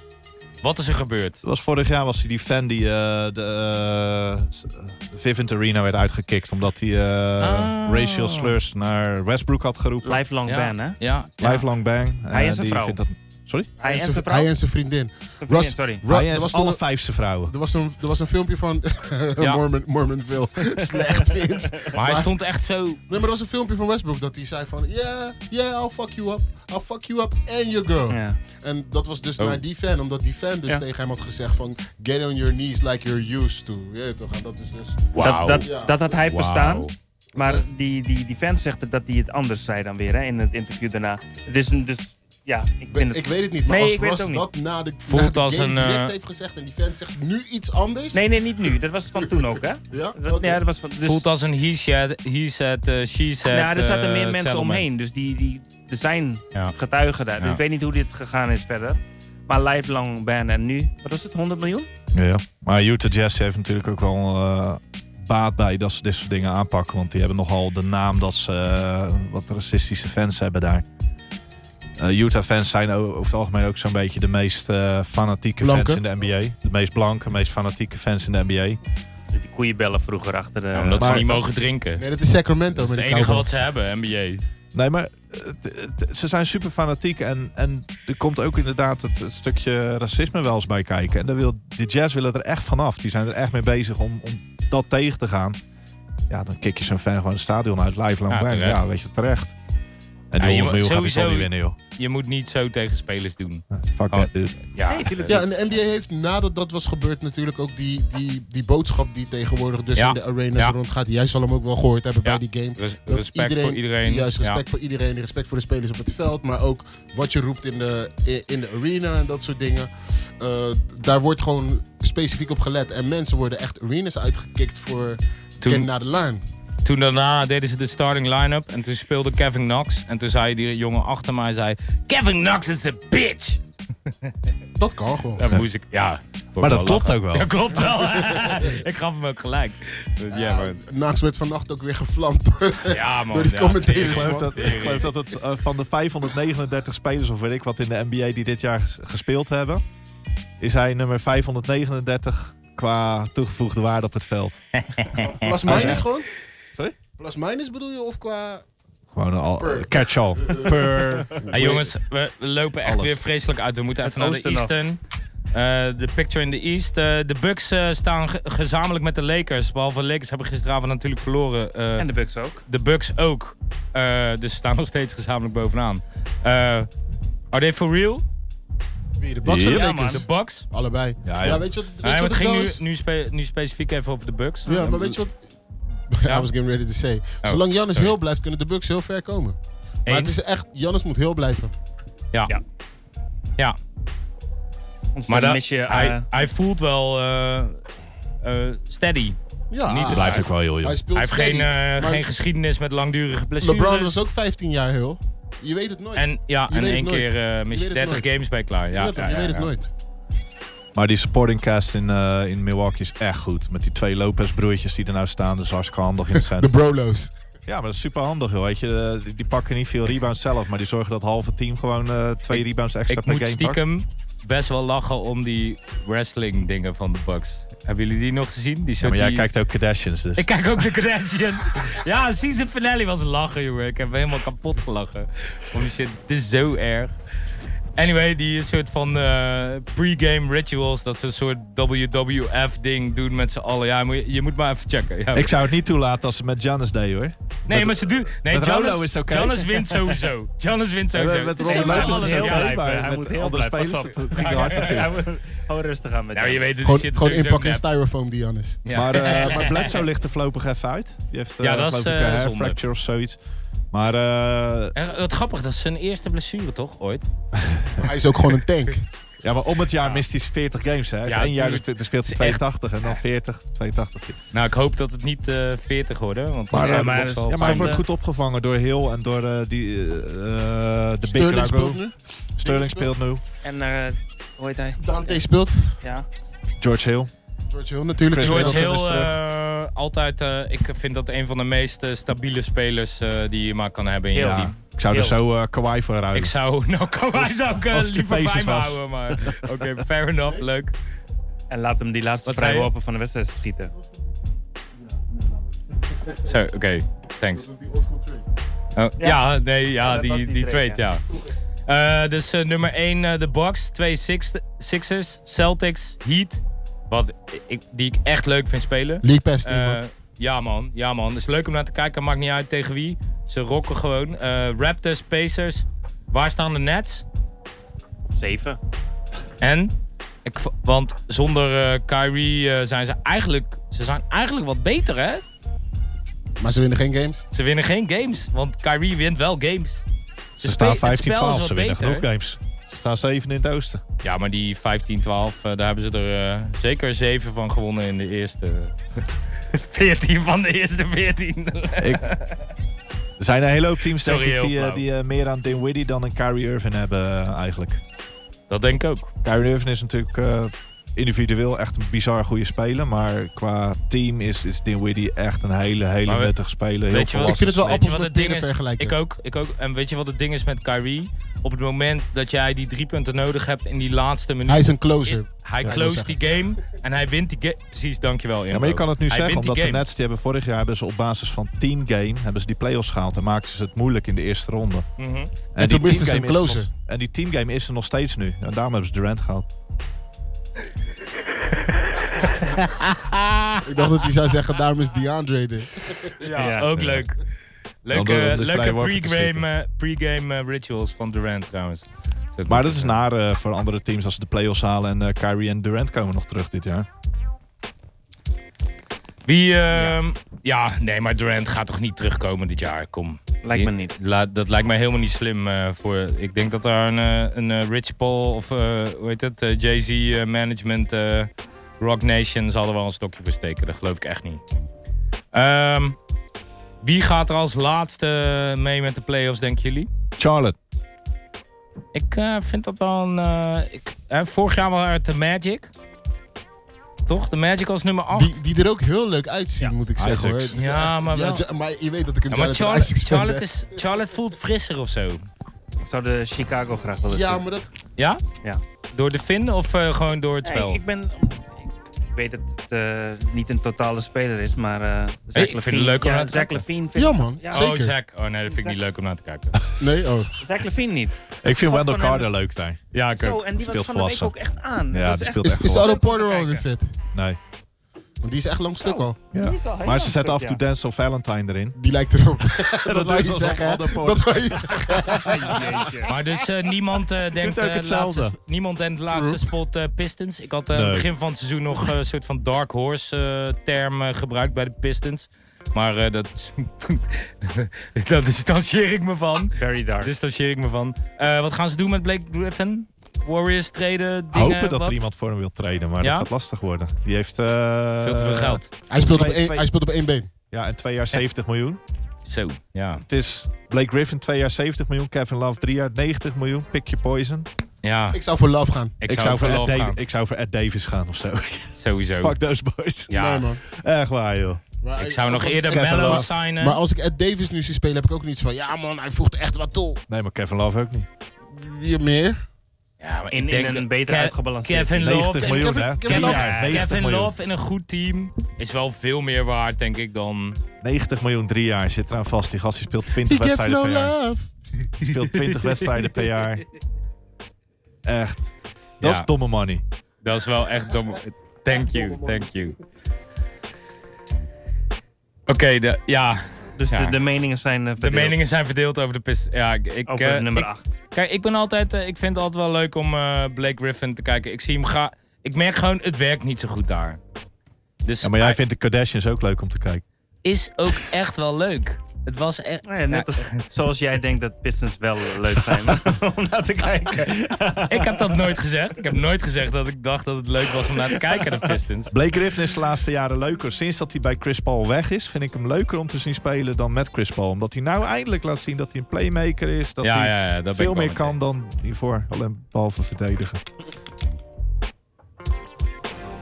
Speaker 1: Wat is er gebeurd?
Speaker 3: Het was vorig jaar was hij die fan die eh, de eh, Vivint Arena werd uitgekikt. Omdat hij eh,
Speaker 1: Ah.
Speaker 3: racial slurs naar Westbrook had geroepen.
Speaker 2: Lifelong
Speaker 1: Ja.
Speaker 2: ban, hè?
Speaker 1: Ja, ja.
Speaker 3: Lifelong bang. Eh,
Speaker 2: Hij is een
Speaker 3: die
Speaker 2: vrouw.
Speaker 3: vindt dat- sorry?
Speaker 2: Hij en zijn vrouw.
Speaker 4: hij en zijn vriendin.
Speaker 2: Vriendin, Sorry.
Speaker 4: Ru-
Speaker 3: hij
Speaker 4: er, was
Speaker 3: is
Speaker 4: toen-
Speaker 3: alle vijf zijn vrouwen.
Speaker 4: er, was een, er was een filmpje van
Speaker 1: Ja.
Speaker 4: Mormon, Mormonville. Slecht vindt.
Speaker 1: Maar hij stond echt zo...
Speaker 4: Nee, maar er was een filmpje van Westbrook dat hij zei van... Yeah, yeah, I'll fuck you up. I'll fuck you up and your girl.
Speaker 2: Ja.
Speaker 4: En dat was dus
Speaker 1: Oh.
Speaker 4: naar die fan. Omdat die fan dus
Speaker 2: Ja.
Speaker 4: tegen hem had gezegd van... Get on your knees like you're used to. Je weet toch? En dat is dus...
Speaker 1: Wauw.
Speaker 2: Dat,
Speaker 4: Ja.
Speaker 2: dat, dat had hij
Speaker 1: Wauw.
Speaker 2: verstaan.
Speaker 1: Dus-
Speaker 2: Maar die, die, die fans zegt dat hij het anders zei dan weer hè, in het interview daarna. Het is een- dus ja, ik vind
Speaker 4: Ik
Speaker 2: het.
Speaker 4: weet het niet, maar
Speaker 2: Nee,
Speaker 4: als
Speaker 2: ik weet
Speaker 4: Russ
Speaker 2: het ook
Speaker 4: dat na de,
Speaker 1: Voelt
Speaker 4: na de
Speaker 1: als
Speaker 4: game
Speaker 1: een,
Speaker 4: direct
Speaker 1: eh,
Speaker 4: heeft gezegd en die fan zegt nu iets anders...
Speaker 2: Nee, nee, niet nu. Dat was van toen ook, hè?
Speaker 4: Ja?
Speaker 2: Dat,
Speaker 4: Oké.
Speaker 2: ja, dat was van. Dus,
Speaker 1: Voelt als een he said, he said eh, she said
Speaker 2: ja, er zaten
Speaker 1: eh,
Speaker 2: meer mensen
Speaker 1: settlement.
Speaker 2: omheen. Dus die, die, er zijn
Speaker 1: Ja.
Speaker 2: getuigen daar. Dus
Speaker 1: Ja.
Speaker 2: ik weet niet hoe dit gegaan is verder. Maar lifelong ban en nu, wat was het, 100 miljoen?
Speaker 3: Ja, ja. Maar Utah Jazz heeft natuurlijk ook wel eh, baat bij dat ze dit soort dingen aanpakken. Want die hebben nogal de naam dat ze eh, wat racistische fans hebben daar. Eh, Utah fans zijn o- over het algemeen ook zo'n beetje de meest eh, fanatieke
Speaker 4: Blanke.
Speaker 3: fans in de NBA. De meest blanke, meest fanatieke fans in de NBA.
Speaker 2: Die koeienbellen vroeger achter de...
Speaker 1: Ja, omdat ze
Speaker 3: Maar-
Speaker 1: niet mogen drinken.
Speaker 4: Nee, dat is Sacramento
Speaker 1: Dat is
Speaker 4: met
Speaker 1: het
Speaker 4: de
Speaker 1: enige
Speaker 4: Cowboys.
Speaker 1: wat ze hebben, NBA.
Speaker 3: Nee, maar het- het- ze zijn super fanatiek. En, en er komt ook inderdaad het, het stukje racisme wel eens bij kijken. En daar wil, de jazz willen er echt vanaf. Die zijn er echt mee bezig om, om dat tegen te gaan. Ja, dan kik je zo'n fan gewoon het stadion uit. Live lang
Speaker 1: Ja,
Speaker 3: ja,
Speaker 1: terecht.
Speaker 3: ja, weet je, terecht. En
Speaker 1: Ja,
Speaker 3: die
Speaker 1: je
Speaker 3: 100
Speaker 1: moet-
Speaker 3: miljoen gaat hij
Speaker 1: sowieso-
Speaker 3: toch niet winnen, joh.
Speaker 1: Je moet niet zo tegen spelers doen.
Speaker 3: Fuck
Speaker 1: Oh.
Speaker 3: that, dude.
Speaker 1: Ja, eh,
Speaker 2: Nee, tuurlijk
Speaker 4: Ja, en de NBA heeft nadat dat was gebeurd natuurlijk ook die, die, die boodschap die tegenwoordig dus
Speaker 1: Ja.
Speaker 4: in de arenas
Speaker 1: Ja.
Speaker 4: rondgaat. Jij zal hem ook wel gehoord hebben
Speaker 1: Ja.
Speaker 4: bij die game.
Speaker 1: Res-
Speaker 4: Dat
Speaker 1: respect voor iedereen.
Speaker 4: Juist,
Speaker 1: Ja.
Speaker 4: respect voor iedereen. Respect voor de spelers op het veld. Maar ook wat je roept in de, i- in de arena en dat soort dingen. Eh, daar wordt gewoon specifiek op gelet. En mensen worden echt arenas uitgekikt voor
Speaker 1: Toen-
Speaker 4: Ken naar de laan.
Speaker 1: Toen daarna deden ze de starting line-up en toen speelde Kevin Knox. En toen zei die jongen achter mij, zei, Kevin Knox is a bitch.
Speaker 4: Dat kan gewoon.
Speaker 1: Daar moest ik, ja.
Speaker 3: Maar dat klopt ook wel.
Speaker 1: Dat klopt wel. ik gaf hem ook gelijk. Dus Ja, man.
Speaker 4: Naast werd vannacht ook weer gevlamd.
Speaker 1: Ja, man.
Speaker 4: Door die
Speaker 1: ja,
Speaker 4: commentators,
Speaker 1: tering.
Speaker 3: Ik geloof, dat, ik
Speaker 1: Tering.
Speaker 3: geloof dat het eh, van de 539 spelers of weet ik wat in de NBA die dit jaar ges- gespeeld hebben, is hij nummer 539 qua toegevoegde waarde op het veld.
Speaker 4: Plus minus
Speaker 3: ja.
Speaker 4: gewoon?
Speaker 3: Sorry?
Speaker 4: Plus minus bedoel je? Of qua...
Speaker 3: Gewoon al
Speaker 4: Per.
Speaker 3: eh, catch-all. Per.
Speaker 1: Hey, jongens, we we lopen echt
Speaker 3: Alles.
Speaker 1: weer vreselijk uit. We moeten even
Speaker 2: Het
Speaker 1: naar de
Speaker 2: oosten
Speaker 1: Eastern. Eh, De picture in the East. Eh, de Bucks eh, staan ge- gezamenlijk met de Lakers. Behalve de Lakers hebben gisteravond natuurlijk verloren. Eh,
Speaker 2: En de Bucks ook.
Speaker 1: de Bucks ook. Eh, dus ze staan nog steeds gezamenlijk bovenaan. Eh, are they for real?
Speaker 4: Wie, de Bucks of de
Speaker 3: Ja,
Speaker 4: Lakers?
Speaker 1: De Bucks?
Speaker 4: Allebei.
Speaker 3: Ja,
Speaker 4: Ja,
Speaker 3: ja.
Speaker 4: weet je wat,
Speaker 1: Nee,
Speaker 4: weet je
Speaker 1: maar
Speaker 4: wat
Speaker 1: het
Speaker 4: het
Speaker 1: ging
Speaker 4: wel
Speaker 1: nu,
Speaker 4: is?
Speaker 1: nu, spe- nu specifiek even over de Bucks.
Speaker 4: Ja, maar weet je wat... I was getting ready to say.
Speaker 1: Oh,
Speaker 4: Zolang Jannis
Speaker 1: sorry.
Speaker 4: heel blijft, kunnen de Bucks heel ver komen. Maar het
Speaker 1: Eens?
Speaker 4: is echt... Jannis moet heel blijven.
Speaker 1: Ja.
Speaker 2: Ja.
Speaker 1: Ja,
Speaker 2: Ons
Speaker 1: maar
Speaker 2: maar
Speaker 1: dat,
Speaker 2: mis je, eh,
Speaker 1: hij, hij voelt wel eh, eh, steady.
Speaker 4: Ja,
Speaker 1: Niet te
Speaker 4: hij,
Speaker 3: Blijft ook wel heel jong.
Speaker 4: hij speelt
Speaker 1: Hij heeft
Speaker 4: steady,
Speaker 1: geen, eh,
Speaker 4: maar
Speaker 1: geen geschiedenis met langdurige blessures.
Speaker 4: LeBron was ook 15 jaar heel. Je weet het nooit.
Speaker 1: En ja,
Speaker 4: Je
Speaker 1: en
Speaker 4: weet het
Speaker 1: één
Speaker 4: nooit.
Speaker 1: keer eh, mis
Speaker 4: Je
Speaker 1: je
Speaker 4: weet
Speaker 1: 30
Speaker 4: het nooit.
Speaker 1: games bij klaar. Ja,
Speaker 4: ja, toch,
Speaker 1: ja,
Speaker 4: je
Speaker 1: ja,
Speaker 4: weet het
Speaker 1: ja.
Speaker 4: nooit.
Speaker 3: Maar die supporting cast in, eh, in Milwaukee is echt goed. Met die twee Lopez broertjes die er nou staan, dus hartstikke handig in het
Speaker 4: De
Speaker 3: centrum.
Speaker 4: Brolo's.
Speaker 3: Ja, maar dat is super handig, joh. Weet je, Eh, die, die pakken niet veel rebounds zelf, maar die zorgen dat het halve team gewoon eh, twee
Speaker 1: Ik-
Speaker 3: rebounds extra
Speaker 1: Ik
Speaker 3: per
Speaker 1: moet
Speaker 3: game pakt.
Speaker 1: stiekem best wel lachen om die wrestling dingen van de Bucks. Hebben jullie die nog gezien? Die
Speaker 3: Ja,
Speaker 1: soort
Speaker 3: maar jij
Speaker 1: die-
Speaker 3: kijkt ook Kardashians, dus.
Speaker 1: Ik kijk ook de Kardashians. ja, season finale was een lachen, jongen. Ik heb me helemaal kapot gelachen. Om die shit, het is zo erg. Anyway, die soort van eh, pre-game rituals, dat ze een soort WWF-ding doen met z'n allen. Ja, moet je, je moet maar even checken. Ja.
Speaker 3: Ik zou het niet toelaten als ze met Giannis deden, hoor.
Speaker 1: nee,
Speaker 3: met-
Speaker 1: maar ze doen. Nee,
Speaker 3: met Rolo
Speaker 1: Jonas
Speaker 3: is het oké.
Speaker 1: wint sowieso. Jonas wint sowieso.
Speaker 3: met
Speaker 1: Het is
Speaker 3: Ron
Speaker 1: sowieso
Speaker 3: Lopez
Speaker 1: alles
Speaker 3: is het
Speaker 1: heel
Speaker 3: ook
Speaker 1: blij.
Speaker 3: blij. bij-
Speaker 2: Hij
Speaker 3: met
Speaker 2: moet heel
Speaker 3: andere
Speaker 2: blij. Pas
Speaker 3: spelers,
Speaker 2: op.
Speaker 3: dat- dat ging hard natuurlijk.
Speaker 2: Hij moet- eh, Gewoon rustig aan met
Speaker 1: Ja, maar je weet, dat die
Speaker 4: Gewoon,
Speaker 1: shit is
Speaker 4: gewoon
Speaker 1: sowieso
Speaker 4: inpakken in
Speaker 1: nep.
Speaker 4: styrofoam, die Jannis.
Speaker 1: Ja.
Speaker 3: Maar, eh maar Bledsoe ligt er voorlopig even uit. Die heeft eh
Speaker 1: Ja, dat is,
Speaker 3: geloof ik
Speaker 1: eh,
Speaker 3: een hair
Speaker 1: zonde.
Speaker 3: fracture of zoiets. Maar eh,
Speaker 1: En Wat grappig, dat is zijn eerste blessure toch, ooit?
Speaker 4: Hij is ook gewoon een tank.
Speaker 3: ja, maar om het jaar mist hij 40 games. Hè. Hij heeft
Speaker 1: Ja,
Speaker 3: één jaar
Speaker 1: dude.
Speaker 3: dus- dus speelt hij
Speaker 1: Het is echt-
Speaker 3: 82 en dan 40, 82.
Speaker 1: Nou, ik hoop dat het niet eh, 40 wordt, hè, want dat
Speaker 3: Maar,
Speaker 1: zou
Speaker 3: eh,
Speaker 1: de
Speaker 2: maar
Speaker 1: Bucks
Speaker 2: dat
Speaker 1: wel
Speaker 2: is-
Speaker 3: Ja, maar hij
Speaker 1: zonde-
Speaker 3: wordt goed opgevangen door Hill en door eh, die, eh, eh, de Big
Speaker 4: Sterling
Speaker 3: Rago.
Speaker 4: speelt nu.
Speaker 3: Sterling speelt nu.
Speaker 2: En eh, hoe heet hij?
Speaker 4: Dante speelt.
Speaker 2: Ja.
Speaker 3: George Hill.
Speaker 4: George Hill natuurlijk.
Speaker 3: Chris
Speaker 1: George
Speaker 3: Middleton
Speaker 1: Hill,
Speaker 3: is
Speaker 1: eh,
Speaker 3: terug.
Speaker 1: altijd, eh, ik vind dat een van de meest eh, stabiele spelers eh, die je maar kan hebben in je
Speaker 2: Heel.
Speaker 1: team.
Speaker 3: Ik zou er
Speaker 2: Hill.
Speaker 3: zo eh Kawhi voor ruilen.
Speaker 1: Ik zou, nou Kawhi zou ik eh,
Speaker 3: als het de
Speaker 1: liever bij
Speaker 3: Pacers
Speaker 1: me
Speaker 3: was.
Speaker 1: houden, maar oké, fair enough, leuk.
Speaker 2: En laat hem die laatste
Speaker 1: Wat zei je?
Speaker 2: vrijworpen van de wedstrijd schieten.
Speaker 1: Zo, oké, thanks.
Speaker 4: die oldschool trade.
Speaker 1: Oh, ja.
Speaker 2: Ja.
Speaker 1: nee, ja,
Speaker 2: dat was
Speaker 1: die,
Speaker 2: die
Speaker 1: die trade,
Speaker 2: trade,
Speaker 1: ja. Eh, dus eh, nummer 1 de Bucks, 2 Sixers, Celtics, Heat, wat ik, die ik echt leuk vind spelen.
Speaker 4: League Pass team, man.
Speaker 1: Eh, ja, man. Ja, man. Het is leuk om naar te kijken. Maakt niet uit tegen wie. Ze rocken gewoon. Eh, Raptors, Pacers. Waar staan de Nets?
Speaker 2: Zeven.
Speaker 1: En? Ik, v- want zonder eh Kyrie eh, zijn ze eigenlijk... Ze zijn eigenlijk wat beter, hè?
Speaker 4: Maar ze winnen geen games.
Speaker 1: Ze winnen geen games. Want Kyrie wint wel games.
Speaker 3: Ze
Speaker 1: spe-
Speaker 3: staan
Speaker 1: het
Speaker 3: 15-12,
Speaker 1: spel is wat
Speaker 3: ze winnen
Speaker 1: beter.
Speaker 3: genoeg games. Ze staan 7 in het oosten.
Speaker 1: Ja, maar die 15-12, eh, daar hebben ze er eh, zeker 7 van gewonnen in de eerste... 14 van de eerste 14.
Speaker 3: Ik... Er zijn een hele hoop teams
Speaker 1: Sorry,
Speaker 3: tegen die,
Speaker 1: heel
Speaker 3: eh,
Speaker 1: flauw.
Speaker 3: die eh, meer aan Dinwiddie dan een Kyrie Irving hebben eh, eigenlijk.
Speaker 1: Dat denk ik ook.
Speaker 3: Kyrie Irving is natuurlijk eh, individueel echt een bizar goede speler. Maar qua team is, is Dinwiddie echt een hele, hele
Speaker 1: Maar we-
Speaker 3: nuttige speler. Heel
Speaker 1: Weet je wat-
Speaker 4: Ik vind het wel
Speaker 1: Weet
Speaker 3: volwassen
Speaker 1: je wat
Speaker 4: appels met
Speaker 1: het ding
Speaker 4: peren
Speaker 1: is?
Speaker 4: vergelijken.
Speaker 1: Ik ook, ik ook. En weet je wat het ding is met Kyrie? Op het moment dat jij die drie punten nodig hebt in die laatste minuut.
Speaker 4: Hij is een closer.
Speaker 1: Hij
Speaker 4: Ja,
Speaker 1: close
Speaker 4: dat
Speaker 1: die game en hij wint die game. Precies, dankjewel.
Speaker 3: Ja,
Speaker 1: Imbo.
Speaker 3: maar je kan het nu
Speaker 1: Hij
Speaker 3: zeggen,
Speaker 1: wint die
Speaker 3: omdat de
Speaker 1: game.
Speaker 3: Nets die hebben vorig jaar hebben ze op basis van 10 game hebben ze die playoffs gehaald en maakten ze het moeilijk in de eerste ronde. En,
Speaker 1: Mhm.
Speaker 4: En toen misten
Speaker 3: teamgame
Speaker 4: ze hem
Speaker 3: is
Speaker 4: closen.
Speaker 3: nog- en die teamgame is er nog steeds nu. En daarom hebben ze Durant gehaald.
Speaker 4: Ik dacht dat hij zou zeggen, daarom is DeAndre er.
Speaker 1: Ja,
Speaker 2: Ja.
Speaker 1: ook
Speaker 3: Ja.
Speaker 1: leuk.
Speaker 3: Dan
Speaker 1: Leuke,
Speaker 3: door de
Speaker 1: leuke
Speaker 3: vrije worpen te
Speaker 1: pre-game, eh, pre-game eh, rituals van Durant trouwens. Zet
Speaker 3: Maar dat is
Speaker 1: even.
Speaker 3: naar eh, voor andere teams als ze de playoffs halen. En eh, Kyrie en Durant komen nog terug dit jaar.
Speaker 1: Wie, ehm, ja. nee, maar Durant gaat toch niet terugkomen dit jaar? Kom.
Speaker 2: Lijkt me niet.
Speaker 1: La- dat lijkt mij helemaal niet slim. eh, voor, ik denk dat daar een, eh, een eh, Rich Paul of eh, hoe heet het? eh, Jay-Z eh, Management eh, Rock Nation zal er wel een stokje voor steken. Dat geloof ik echt niet. Ehm, wie gaat er als laatste mee met de playoffs, denken jullie?
Speaker 3: Charlotte.
Speaker 1: Ik eh, vind dat wel een. eh, ik, hè, vorig jaar waren de Magic. Toch? De Magic als nummer 8.
Speaker 4: Die, die er ook heel leuk uitziet, moet ik zeggen hoor.
Speaker 3: Isaacs.
Speaker 4: Het is
Speaker 1: Ja, maar wel-
Speaker 4: Ja, Ja, maar je weet dat ik een
Speaker 1: Ja, maar
Speaker 4: Jonathan
Speaker 1: Charlotte,
Speaker 4: Isaacs fan
Speaker 1: Charlotte,
Speaker 4: ben.
Speaker 1: is, Charlotte voelt frisser of zo.
Speaker 2: Ik zou de Chicago graag willen
Speaker 4: Ja,
Speaker 2: zien.
Speaker 4: maar dat...
Speaker 1: Ja?
Speaker 2: Ja.
Speaker 1: Door de Fin of eh, gewoon door het
Speaker 2: Ja,
Speaker 1: spel?
Speaker 2: ik, ik ben... Ik weet dat het eh, niet een totale speler is, maar... eh Zach
Speaker 1: Hey, ik vind
Speaker 2: Levine-
Speaker 1: het leuk om
Speaker 2: ja,
Speaker 1: naar te
Speaker 2: Zach
Speaker 1: kijken.
Speaker 2: Levine vind
Speaker 4: Ja man,
Speaker 2: Ja.
Speaker 1: Oh,
Speaker 4: zeker.
Speaker 1: Zack. Oh nee, dat vind ik niet leuk om naar te kijken.
Speaker 4: nee, oh.
Speaker 2: Zach Levine niet.
Speaker 3: Ik vind Wendell
Speaker 2: van hem.
Speaker 3: Carter leuk daar.
Speaker 1: Ja, ik
Speaker 2: Zo,
Speaker 1: ook.
Speaker 2: en die was
Speaker 3: Speelt
Speaker 2: van de week
Speaker 3: volwassen.
Speaker 2: ook echt aan. Dat
Speaker 3: Ja, die
Speaker 2: echt-
Speaker 3: speelt
Speaker 4: Is,
Speaker 3: echt
Speaker 4: is
Speaker 3: wel.
Speaker 4: Otto Porter al weer fit?
Speaker 3: Nee.
Speaker 4: Want die is echt lang stuk
Speaker 2: Oh.
Speaker 1: Nou.
Speaker 4: al.
Speaker 3: Ja.
Speaker 2: Die is al heel
Speaker 3: Maar ze
Speaker 2: lang
Speaker 3: zetten af en
Speaker 2: terug,
Speaker 3: toe Denzel Valentine erin.
Speaker 4: Die lijkt erop. dat
Speaker 3: doet
Speaker 4: wil je
Speaker 3: alsof
Speaker 4: zeggen, hè?
Speaker 3: Otto Porter-
Speaker 4: Dat wil je zeggen.
Speaker 2: ja. Jeetje.
Speaker 1: Maar dus eh, niemand eh, denkt
Speaker 3: ook
Speaker 1: eh, het laatste,
Speaker 3: hetzelfde.
Speaker 1: sp- niemand denkt het laatste spot eh, Pistons. Ik had eh, aan het
Speaker 3: Nee.
Speaker 1: begin van het seizoen nog eh, een soort van dark horse eh, term eh, gebruikt bij de Pistons. Maar eh, dat, dat distancieer ik me van.
Speaker 2: Very dark.
Speaker 1: Distancieer ik me van. Eh, wat gaan ze doen met Blake Griffin? Warriors treden, dingen,
Speaker 3: Hopen dat
Speaker 1: wat?
Speaker 3: er iemand voor hem wil treden, maar
Speaker 1: Ja?
Speaker 3: dat gaat lastig worden. Die heeft... eh,
Speaker 1: Veel te veel geld.
Speaker 4: Hij speelt, op
Speaker 3: Twee-
Speaker 4: één,
Speaker 3: twee-
Speaker 4: hij speelt op één been.
Speaker 3: Ja, en twee jaar 70 miljoen.
Speaker 1: Zo, ja.
Speaker 3: Het is Blake Griffin, twee jaar 70 miljoen. Kevin Love, drie jaar 90 miljoen. Pick your poison.
Speaker 1: Ja, ik,
Speaker 4: Ik zou voor Love gaan.
Speaker 1: zou, voor
Speaker 3: Ed
Speaker 1: Love
Speaker 3: Davi-
Speaker 1: gaan.
Speaker 3: ik zou voor Ed Davis gaan of zo.
Speaker 1: Sowieso.
Speaker 3: Fuck those boys.
Speaker 1: Ja.
Speaker 4: Nee man.
Speaker 3: Echt waar, joh.
Speaker 4: Maar
Speaker 1: Ik zou nog
Speaker 4: als
Speaker 1: eerder
Speaker 4: Ed-
Speaker 3: Kevin
Speaker 1: Mello
Speaker 3: Love.
Speaker 1: signen.
Speaker 4: Maar als ik Ed Davis nu zie spelen, heb ik ook niets van... Ja man, hij voegt echt wat toe.
Speaker 3: Nee, maar Kevin Love ook niet.
Speaker 4: Hier meer.
Speaker 1: ja, maar ik
Speaker 2: In,
Speaker 1: denk
Speaker 2: in een
Speaker 1: dat
Speaker 2: beter
Speaker 1: Ke-
Speaker 2: uitgebalanceerd
Speaker 1: Kevin Love.
Speaker 3: 90 miljoen,
Speaker 4: Kevin-
Speaker 3: hè?
Speaker 4: Kevin
Speaker 3: Drie
Speaker 1: Love.
Speaker 3: jaar, 90
Speaker 1: Kevin
Speaker 3: miljoen.
Speaker 1: Love in een goed team is wel veel meer waard, denk ik, dan...
Speaker 3: 90 miljoen, drie jaar zit eraan vast. Die gast die speelt
Speaker 4: He
Speaker 3: 20
Speaker 4: gets
Speaker 3: wedstrijden
Speaker 4: no
Speaker 3: per jaar.
Speaker 4: love.
Speaker 3: Die speelt 20 wedstrijden per jaar. Echt. Dat
Speaker 1: Ja.
Speaker 3: is domme money.
Speaker 1: Dat is wel echt dom. Thank you, thank you. Oké, de, ja,
Speaker 2: Dus
Speaker 1: Ja.
Speaker 2: de, de meningen zijn eh,
Speaker 1: de
Speaker 2: verdeeld
Speaker 1: meningen zijn verdeeld over de pist. Ja, ik, ik,
Speaker 2: over
Speaker 1: eh,
Speaker 2: nummer
Speaker 1: ik-
Speaker 2: 8.
Speaker 1: Kijk, ik ben altijd. eh, ik vind het altijd wel leuk om eh, Blake Griffin te kijken. Ik zie hem ga. Ik merk gewoon, het werkt niet zo goed daar. Dus
Speaker 3: Ja, maar jij
Speaker 1: hij
Speaker 3: vindt de Kardashians ook leuk om te kijken.
Speaker 1: is ook echt wel leuk. Het was e- echt.
Speaker 2: Nou ja, net als, zoals jij denkt dat Pistons wel eh, leuk zijn om naar te kijken.
Speaker 1: Ik heb dat nooit gezegd. Ik heb nooit gezegd dat ik dacht dat het leuk was om naar te kijken, de Pistons.
Speaker 3: Blake Griffin is de laatste jaren leuker. Sinds dat hij bij Chris Paul weg is, vind ik hem leuker om te zien spelen dan met Chris Paul. Omdat hij nou eindelijk laat zien dat hij een playmaker is. Dat
Speaker 1: Ja,
Speaker 3: hij
Speaker 1: ja, ja, dat ben ik
Speaker 3: veel
Speaker 1: wel
Speaker 3: meer
Speaker 1: met
Speaker 3: kan
Speaker 1: eens.
Speaker 3: dan hiervoor. Alleen behalve verdedigen.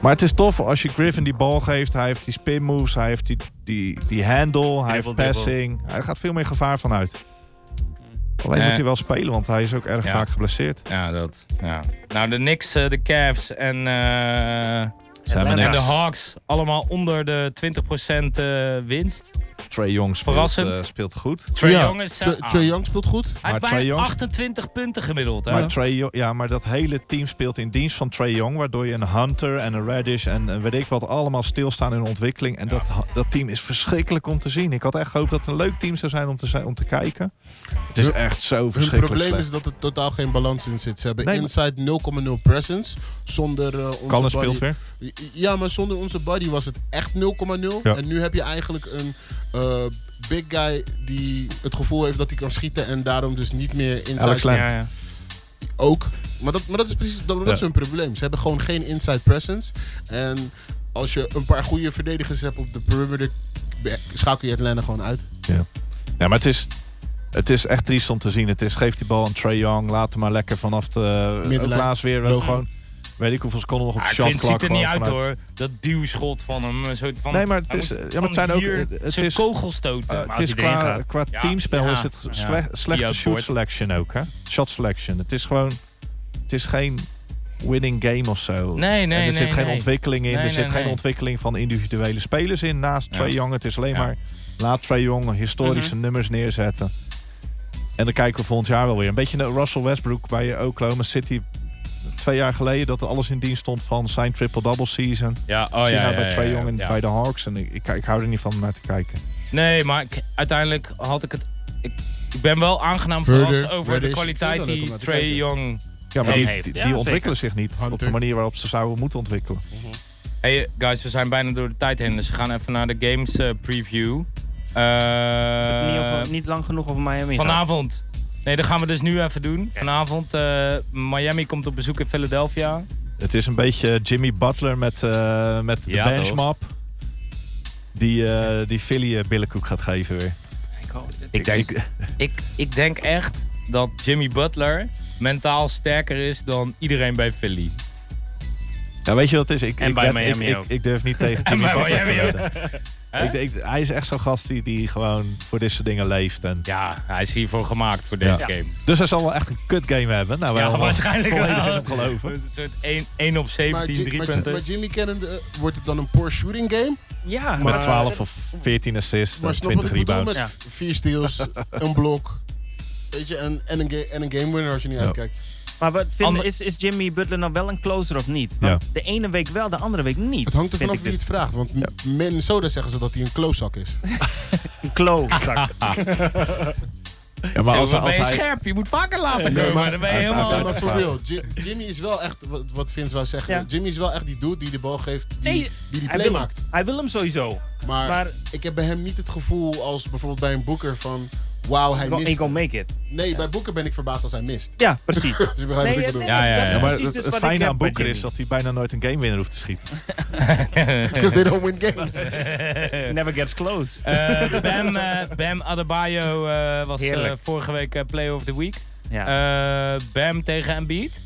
Speaker 3: Maar het is tof als je Griffin die bal geeft. Hij heeft die spin moves, hij heeft die, die, die handle, hij
Speaker 2: Dribbel,
Speaker 3: heeft
Speaker 2: dribbel.
Speaker 3: passing. Hij gaat veel meer gevaar vanuit. Alleen
Speaker 1: Eh.
Speaker 3: moet hij wel spelen, want hij is ook erg
Speaker 1: Ja.
Speaker 3: vaak geblesseerd.
Speaker 1: Ja, dat. Ja. Nou, de Knicks, eh, de Cavs en, eh,
Speaker 3: Zijn we
Speaker 1: en de
Speaker 3: niks.
Speaker 1: Hawks. Allemaal onder de 20% eh, winst.
Speaker 3: Trae Young speelt,
Speaker 1: Verrassend.
Speaker 3: eh, speelt goed.
Speaker 1: Trae
Speaker 4: Ja,
Speaker 1: Young is, eh,
Speaker 4: Trae-
Speaker 1: aan.
Speaker 4: Trae Young speelt goed.
Speaker 1: Hij
Speaker 3: Maar
Speaker 1: heeft
Speaker 3: Trae
Speaker 1: bijna
Speaker 3: Young-
Speaker 1: 28 punten gemiddeld, hè?
Speaker 3: Maar, Trae Young- ja, maar dat hele team speelt in dienst van Trae Young. Waardoor je een Hunter en een Reddish en eh, weet ik wat allemaal stilstaan in ontwikkeling. En dat, ha- dat team is verschrikkelijk om te zien. Ik had echt gehoopt dat het een leuk team zou zijn om te, zijn, om te kijken. Het is
Speaker 4: Hun-
Speaker 3: echt zo
Speaker 4: Hun
Speaker 3: verschrikkelijk
Speaker 4: probleem
Speaker 3: slecht.
Speaker 4: is dat er totaal geen balans in zit. Ze hebben
Speaker 3: Nee, maar-
Speaker 4: inside 0,0 presence. Zonder eh, onze
Speaker 3: Kallen
Speaker 4: body-
Speaker 3: speelt weer.
Speaker 4: Ja, maar zonder onze body was het echt 0,0.
Speaker 3: Ja.
Speaker 4: En nu heb je eigenlijk een eh, big guy die het gevoel heeft dat hij kan schieten. En daarom dus niet meer inside
Speaker 3: Alex Len.
Speaker 2: Ja, ja.
Speaker 4: ook. Maar dat, maar dat is precies dat, dat
Speaker 3: Ja.
Speaker 4: is hun probleem. Ze hebben gewoon geen inside presence. En als je een paar goede verdedigers hebt op de perimeter, be- schakel je Atlanta gewoon uit.
Speaker 3: Ja, maar het is, het is echt triest om te zien. Het is, geef die bal aan Trae Young. Laat hem maar lekker vanaf de
Speaker 4: Middenlijn.
Speaker 3: plaats weer. wel
Speaker 4: Logo.
Speaker 3: Gewoon, weet ik hoeveel seconden nog op
Speaker 1: Ah,
Speaker 3: de
Speaker 1: ik
Speaker 3: shot
Speaker 1: vind, het ziet er
Speaker 3: gewoon
Speaker 1: niet uit
Speaker 3: vanuit-
Speaker 1: hoor. Dat duwschot van hem. Een soort van,
Speaker 3: Nee, maar het
Speaker 1: hij
Speaker 3: is- eh,
Speaker 1: moet
Speaker 3: ja, maar het
Speaker 1: van
Speaker 3: zijn ook-
Speaker 1: hier
Speaker 3: het
Speaker 1: zijn
Speaker 3: is-
Speaker 1: kogels stoten.
Speaker 3: Eh,
Speaker 1: Maar
Speaker 3: het
Speaker 2: als
Speaker 3: is
Speaker 2: hij erin
Speaker 3: qua,
Speaker 2: gaat.
Speaker 3: qua
Speaker 1: Ja,
Speaker 3: teamspel
Speaker 1: ja,
Speaker 3: is het
Speaker 1: ja.
Speaker 3: sle-
Speaker 1: Via
Speaker 3: slechte
Speaker 1: het
Speaker 3: shoot
Speaker 1: bord.
Speaker 3: selection ook, hè? Shot selection. Het is gewoon, het is geen winning game of zo.
Speaker 1: nee, nee,
Speaker 3: en
Speaker 1: nee.
Speaker 3: er zit geen
Speaker 1: nee.
Speaker 3: ontwikkeling in.
Speaker 1: Nee,
Speaker 3: er
Speaker 1: nee,
Speaker 3: zit geen
Speaker 1: nee.
Speaker 3: ontwikkeling van individuele spelers in. Naast
Speaker 1: Ja.
Speaker 3: Trae Young, het is alleen
Speaker 1: Ja. Mhm.
Speaker 3: maar laat Trae Young historische nummers neerzetten. En dan kijken we volgend jaar wel weer. Een beetje een Russell Westbrook bij eh, Oklahoma City. Twee jaar geleden dat er alles in dienst stond van zijn triple-double season.
Speaker 1: Ja, oh
Speaker 3: Zie je
Speaker 1: ja.
Speaker 3: nou
Speaker 1: ja,
Speaker 3: bij
Speaker 1: ja,
Speaker 3: Trae
Speaker 1: ja,
Speaker 3: Young en
Speaker 1: ja.
Speaker 3: bij de Hawks. En ik, ik, ik hou er niet van om naar te kijken.
Speaker 1: Nee, maar ik- uiteindelijk had ik het... Ik, ik ben wel aangenaam
Speaker 4: Herder,
Speaker 1: verrast over
Speaker 4: Reddish.
Speaker 1: de kwaliteit
Speaker 4: Ik vind het wel leuk om
Speaker 1: die Trey
Speaker 4: naar te kijken.
Speaker 1: Young...
Speaker 3: Ja, maar die,
Speaker 1: heeft-
Speaker 3: die-
Speaker 2: ja,
Speaker 3: die
Speaker 2: zeker.
Speaker 3: ontwikkelen zich niet op
Speaker 4: Hunter.
Speaker 3: de manier waarop ze zouden moeten ontwikkelen.
Speaker 1: Hey guys, we zijn bijna door de tijd heen, dus we gaan even naar de games eh, preview. Eh,
Speaker 2: niet, over- niet lang genoeg over Miami. gehad.
Speaker 1: Vanavond. Nee, dat gaan we dus nu even doen. Vanavond, eh, Miami komt op bezoek in Philadelphia.
Speaker 3: Het is een beetje Jimmy Butler met, eh, met
Speaker 1: Ja,
Speaker 3: de
Speaker 1: toch?
Speaker 3: benchmap. Die, eh, die Philly eh, billenkoek gaat geven weer.
Speaker 2: Ik hoop het.
Speaker 1: Ik denk, ik, ik denk echt dat Jimmy Butler mentaal sterker is dan iedereen bij Philly.
Speaker 3: Ja, weet je wat het is? Ik,
Speaker 2: En
Speaker 3: ik
Speaker 2: bij
Speaker 3: ben-
Speaker 2: Miami
Speaker 3: ik, ik-
Speaker 2: ook.
Speaker 3: Ik, durf niet tegen Jimmy
Speaker 1: bij
Speaker 3: Butler
Speaker 1: Miami
Speaker 3: te
Speaker 1: ook.
Speaker 3: redden.
Speaker 1: Hè?
Speaker 3: Ik, ik, hij is echt zo'n gast die, die gewoon voor dit soort dingen leeft. En,
Speaker 1: Ja, hij is hiervoor gemaakt voor deze
Speaker 3: Ja.
Speaker 1: game.
Speaker 3: Dus hij zal wel echt een kut game hebben. Nou, wij
Speaker 1: Ja,
Speaker 3: allemaal
Speaker 1: waarschijnlijk
Speaker 3: volledig
Speaker 1: wel.
Speaker 3: in hem geloven.
Speaker 1: Een soort 1, op
Speaker 4: Maar,
Speaker 1: 17
Speaker 4: Ji- maar, Ji-
Speaker 1: driepunten.
Speaker 4: maar Jimmy kennende eh, wordt het dan een poor shooting game.
Speaker 2: Ja,
Speaker 3: eh, Met
Speaker 4: Maar-
Speaker 3: 12 of 14 assists en
Speaker 4: Maar snap wat
Speaker 3: 20
Speaker 4: ik bedoel
Speaker 3: rebounds.
Speaker 4: met v- vier steals, een blok. Weet je, en, en, een, ga- en een game winner als je niet
Speaker 3: Ja.
Speaker 4: uitkijkt.
Speaker 2: maar wat vinden-
Speaker 1: Ander-
Speaker 2: is, is Jimmy Butler nou wel een closer of niet? Want De ene week wel, de andere week niet.
Speaker 4: Het hangt er
Speaker 2: vind
Speaker 4: vanaf
Speaker 2: ik
Speaker 4: wie je
Speaker 2: dus.
Speaker 4: het vraagt. Want Minnesota zeggen ze dat hij een kloozak is.
Speaker 2: Een klootzak.
Speaker 3: Ja, maar als,
Speaker 1: Zo,
Speaker 3: als
Speaker 1: ben je
Speaker 3: hij...
Speaker 1: scherp, je moet vaker laten komen. dan ben je
Speaker 3: hij-
Speaker 1: helemaal...
Speaker 4: Nee,
Speaker 3: hij-
Speaker 4: maar for real. Ji- Jimmy is wel echt, wat, wat Vince wou zeggen.
Speaker 2: Ja.
Speaker 4: Jimmy is wel echt die dude die de bal geeft, die
Speaker 2: Nee,
Speaker 4: die, die
Speaker 2: hij
Speaker 4: play
Speaker 2: wil-
Speaker 4: maakt.
Speaker 2: Hij wil hem sowieso.
Speaker 4: Maar,
Speaker 2: Maar
Speaker 4: ik heb bij hem niet het gevoel als bijvoorbeeld bij een boeker van... Wauw, hij
Speaker 2: ik
Speaker 4: mist.
Speaker 2: gonna make it.
Speaker 4: Nee, bij boeker ben ik verbaasd als hij mist.
Speaker 2: Ja, precies.
Speaker 4: Dus je begrijpt wat ik bedoel.
Speaker 1: nee. Ja, ja,
Speaker 2: dat is
Speaker 1: ja.
Speaker 3: Ja, maar
Speaker 2: precies
Speaker 3: het,
Speaker 2: dus
Speaker 3: het
Speaker 2: wat ik
Speaker 3: fijne
Speaker 2: heb
Speaker 3: aan
Speaker 2: bij
Speaker 3: Boeker is
Speaker 2: Jimmy.
Speaker 3: dat hij bijna nooit een game winner hoeft te schieten.
Speaker 4: Because they don't win games.
Speaker 2: Never gets close.
Speaker 1: Eh, Bam, eh, Bam Adebayo eh, was eh,
Speaker 2: Heerlijk.
Speaker 1: vorige week eh, Player of the Week.
Speaker 2: ja.
Speaker 1: Eh, Bam tegen Embiid.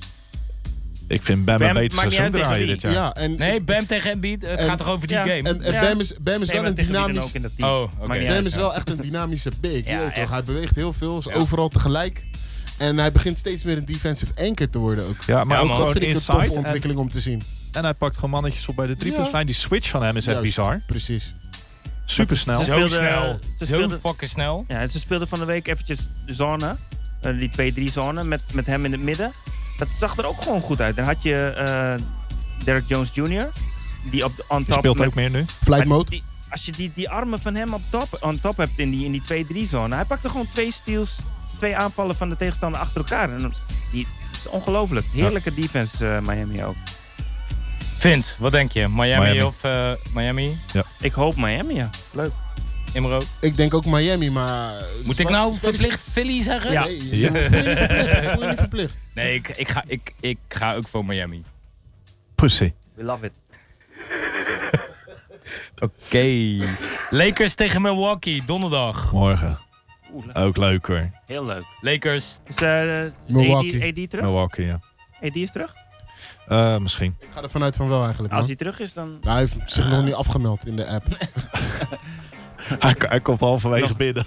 Speaker 3: Ik vind Bam
Speaker 2: Bam,
Speaker 3: een beter
Speaker 2: maakt niet
Speaker 3: seizoen
Speaker 2: uit tegen
Speaker 3: draaien
Speaker 2: wie.
Speaker 3: dit jaar.
Speaker 4: Ja, en,
Speaker 1: Nee,
Speaker 4: ik-
Speaker 1: Bam tegen Embiid. Het
Speaker 4: En-
Speaker 1: gaat toch over die
Speaker 2: Ja.
Speaker 1: game?
Speaker 4: en, en
Speaker 2: Ja.
Speaker 4: Bam is, Bam
Speaker 2: Nee,
Speaker 4: is wel
Speaker 2: maar tegen
Speaker 4: een
Speaker 2: wie dan
Speaker 4: dynamisch...
Speaker 2: ook in dat team.
Speaker 1: Oh, oké.
Speaker 2: Maar niet
Speaker 4: Bam
Speaker 2: uit,
Speaker 4: is
Speaker 2: ja.
Speaker 4: wel echt een dynamische big. je
Speaker 2: Ja,
Speaker 4: weet toch?
Speaker 2: echt.
Speaker 4: Hij beweegt heel veel, is overal tegelijk. En hij begint steeds meer een defensive anchor te worden ook.
Speaker 1: Ja,
Speaker 3: Ja, maar ook
Speaker 1: man.
Speaker 4: Dat
Speaker 3: gewoon
Speaker 4: vind ik een toffe
Speaker 3: inside. En,
Speaker 4: ontwikkeling om te zien.
Speaker 3: en hij pakt gewoon mannetjes op bij de driepuntslijn. Die switch van hem is echt
Speaker 4: Juist,
Speaker 3: bizar.
Speaker 4: Precies.
Speaker 3: Supersnel.
Speaker 1: Zo
Speaker 2: speelden-
Speaker 1: snel.
Speaker 2: ze
Speaker 1: Zo
Speaker 2: speelden-
Speaker 1: fucking snel.
Speaker 2: Ja, en ze speelden van de week eventjes zone. eh, die 2-3 zone met, met hem in het midden. Dat zag er ook gewoon goed uit. Dan had je eh Derek Jones Jr. Die op de on
Speaker 3: Die
Speaker 2: top
Speaker 3: speelt
Speaker 2: met-
Speaker 3: ook meer nu.
Speaker 4: Flight
Speaker 2: Maar
Speaker 4: mode.
Speaker 2: die- als je die, die armen van hem op top, on top hebt in die, in die 2-3 zone. Hij pakte gewoon twee steals, twee aanvallen van de tegenstander achter elkaar. En die, het is ongelooflijk. Heerlijke defense eh, Miami ook.
Speaker 1: Vince, wat denk je? Miami,
Speaker 3: Miami.
Speaker 1: of eh, Miami?
Speaker 2: Ik hoop Miami, ja. Leuk.
Speaker 1: Imro?
Speaker 4: Ik denk ook Miami, maar...
Speaker 1: Moet ik nou verplicht Philly zeggen?
Speaker 2: Ja.
Speaker 4: Nee,
Speaker 3: Ja.
Speaker 4: je voel je niet verplicht. je voel je niet verplicht.
Speaker 1: Nee, ik, ik, ga, ik, ik ga ook voor Miami.
Speaker 3: Pussy.
Speaker 2: We love it.
Speaker 1: Oké. Lakers tegen Milwaukee, donderdag.
Speaker 3: Morgen.
Speaker 2: Oeh, leuk.
Speaker 3: Ook leuk hoor.
Speaker 2: heel leuk.
Speaker 1: Lakers.
Speaker 2: Is, eh is
Speaker 4: Milwaukee.
Speaker 2: AD, AD terug?
Speaker 3: Milwaukee, ja.
Speaker 2: AD is terug?
Speaker 3: Eh, misschien.
Speaker 4: Ik ga er vanuit van wel eigenlijk.
Speaker 2: Als
Speaker 4: man.
Speaker 2: hij terug is, dan...
Speaker 4: Nou, hij heeft zich nog niet afgemeld in de app.
Speaker 3: Hij, hij komt halverwege
Speaker 2: Nog-
Speaker 3: binnen.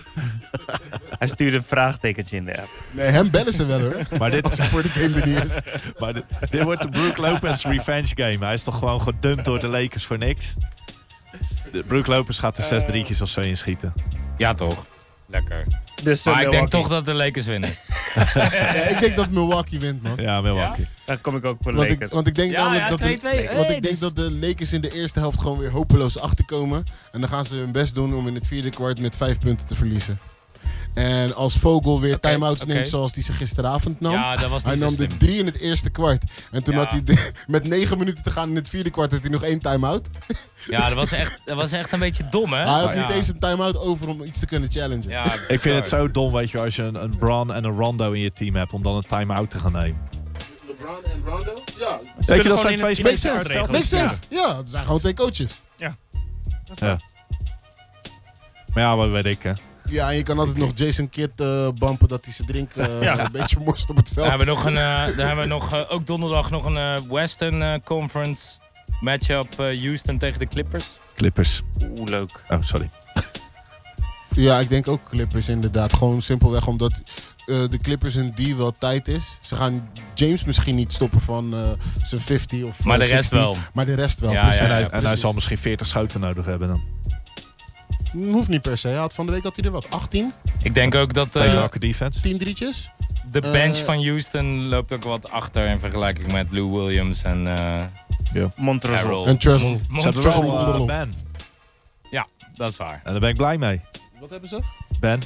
Speaker 2: Hij stuurde een vraagtekentje in de app.
Speaker 4: Nee, hem bellen ze wel hoor.
Speaker 3: Maar dit,
Speaker 4: Als hij voor de game er niet is.
Speaker 3: maar dit, dit wordt de Brook Lopez revenge game. Hij is toch gewoon gedumpt door de Lakers voor niks. De Brook Lopez gaat er zes
Speaker 2: Eh.
Speaker 3: drietjes of zo in schieten.
Speaker 1: Ja, toch? Lekker.
Speaker 2: Dus, eh,
Speaker 1: Maar ik denk
Speaker 2: Milwaukee.
Speaker 1: toch dat de Lakers winnen.
Speaker 4: Nee, ik denk dat Milwaukee wint, man.
Speaker 3: Ja, Milwaukee.
Speaker 2: Dan kom ik ook voor
Speaker 4: Want ik,
Speaker 2: Lakers.
Speaker 4: want ik denk namelijk dat... de- Want ik denk
Speaker 1: dus-
Speaker 4: dat de Lakers in de eerste helft gewoon weer hopeloos achterkomen. En dan gaan ze hun best doen om in het vierde kwart met vijf punten te verliezen. En als Vogel weer
Speaker 1: Oké,
Speaker 4: time-outs
Speaker 1: oké.
Speaker 4: neemt zoals hij ze gisteravond nam.
Speaker 1: Ja, dat was
Speaker 4: hij
Speaker 1: niet zo
Speaker 4: nam de
Speaker 1: slim.
Speaker 4: drie in het eerste kwart. En toen
Speaker 1: Ja.
Speaker 4: had hij de- met negen minuten te gaan in het vierde kwart had hij nog één time-out.
Speaker 1: Ja, dat was echt, dat was echt een beetje dom, hè?
Speaker 4: Hij had
Speaker 1: ja.
Speaker 4: niet eens een time-out over om iets te kunnen challengen.
Speaker 1: Ja,
Speaker 3: Ik vind
Speaker 1: bizar.
Speaker 3: het zo dom, weet je, als je een, een Bron en een Rondo in je team hebt, om dan een time-out te gaan nemen.
Speaker 4: LeBron en Rondo? Ja,
Speaker 3: Weet
Speaker 2: kunnen
Speaker 3: je, dat
Speaker 2: gewoon
Speaker 3: zijn
Speaker 2: in
Speaker 3: twee
Speaker 2: het- in het
Speaker 3: spelers.
Speaker 4: makes
Speaker 2: sense.
Speaker 3: uit het
Speaker 4: makes
Speaker 3: veld.
Speaker 4: sense. Ja, het zijn gewoon twee coaches.
Speaker 3: Maar ja, wat weet ik, hè.
Speaker 4: Ja, en je kan altijd nog Jason Kidd eh, bumpen dat hij zijn drink eh,
Speaker 2: Ja.
Speaker 4: een beetje morst op het veld.
Speaker 1: Dan hebben we nog, een, eh, dan hebben we nog eh, ook donderdag nog een eh, Western eh, Conference matchup eh, Houston tegen de Clippers.
Speaker 3: Clippers.
Speaker 2: Oeh, leuk.
Speaker 3: Oh, sorry.
Speaker 4: Ja, ik denk ook Clippers inderdaad. Gewoon simpelweg omdat eh, de Clippers een die wel tijd is. Ze gaan James misschien niet stoppen van eh, zijn 50 of
Speaker 1: Maar
Speaker 4: eh,
Speaker 1: de rest
Speaker 4: 60,
Speaker 1: wel.
Speaker 4: Maar de rest wel,
Speaker 1: Ja,
Speaker 4: precies.
Speaker 1: ja,
Speaker 3: en, hij, en hij
Speaker 4: precies.
Speaker 3: zal misschien 40 schoten nodig hebben dan.
Speaker 4: Hoeft niet per se. Hij had van de week had hij er wat, 18?
Speaker 1: Ik denk ook dat eh,
Speaker 3: Tegen welke defense?
Speaker 4: 10 drietjes?
Speaker 1: de bench
Speaker 4: eh,
Speaker 1: van Houston loopt ook wat achter in vergelijking met Lou Williams en eh
Speaker 2: Montrezl.
Speaker 1: Harrell.
Speaker 4: En Trezl.
Speaker 1: Mont- Mont-
Speaker 3: Ze hebben wel eh, Ben.
Speaker 1: dat is waar.
Speaker 3: En daar ben ik blij mee.
Speaker 4: Wat hebben ze?
Speaker 3: Ben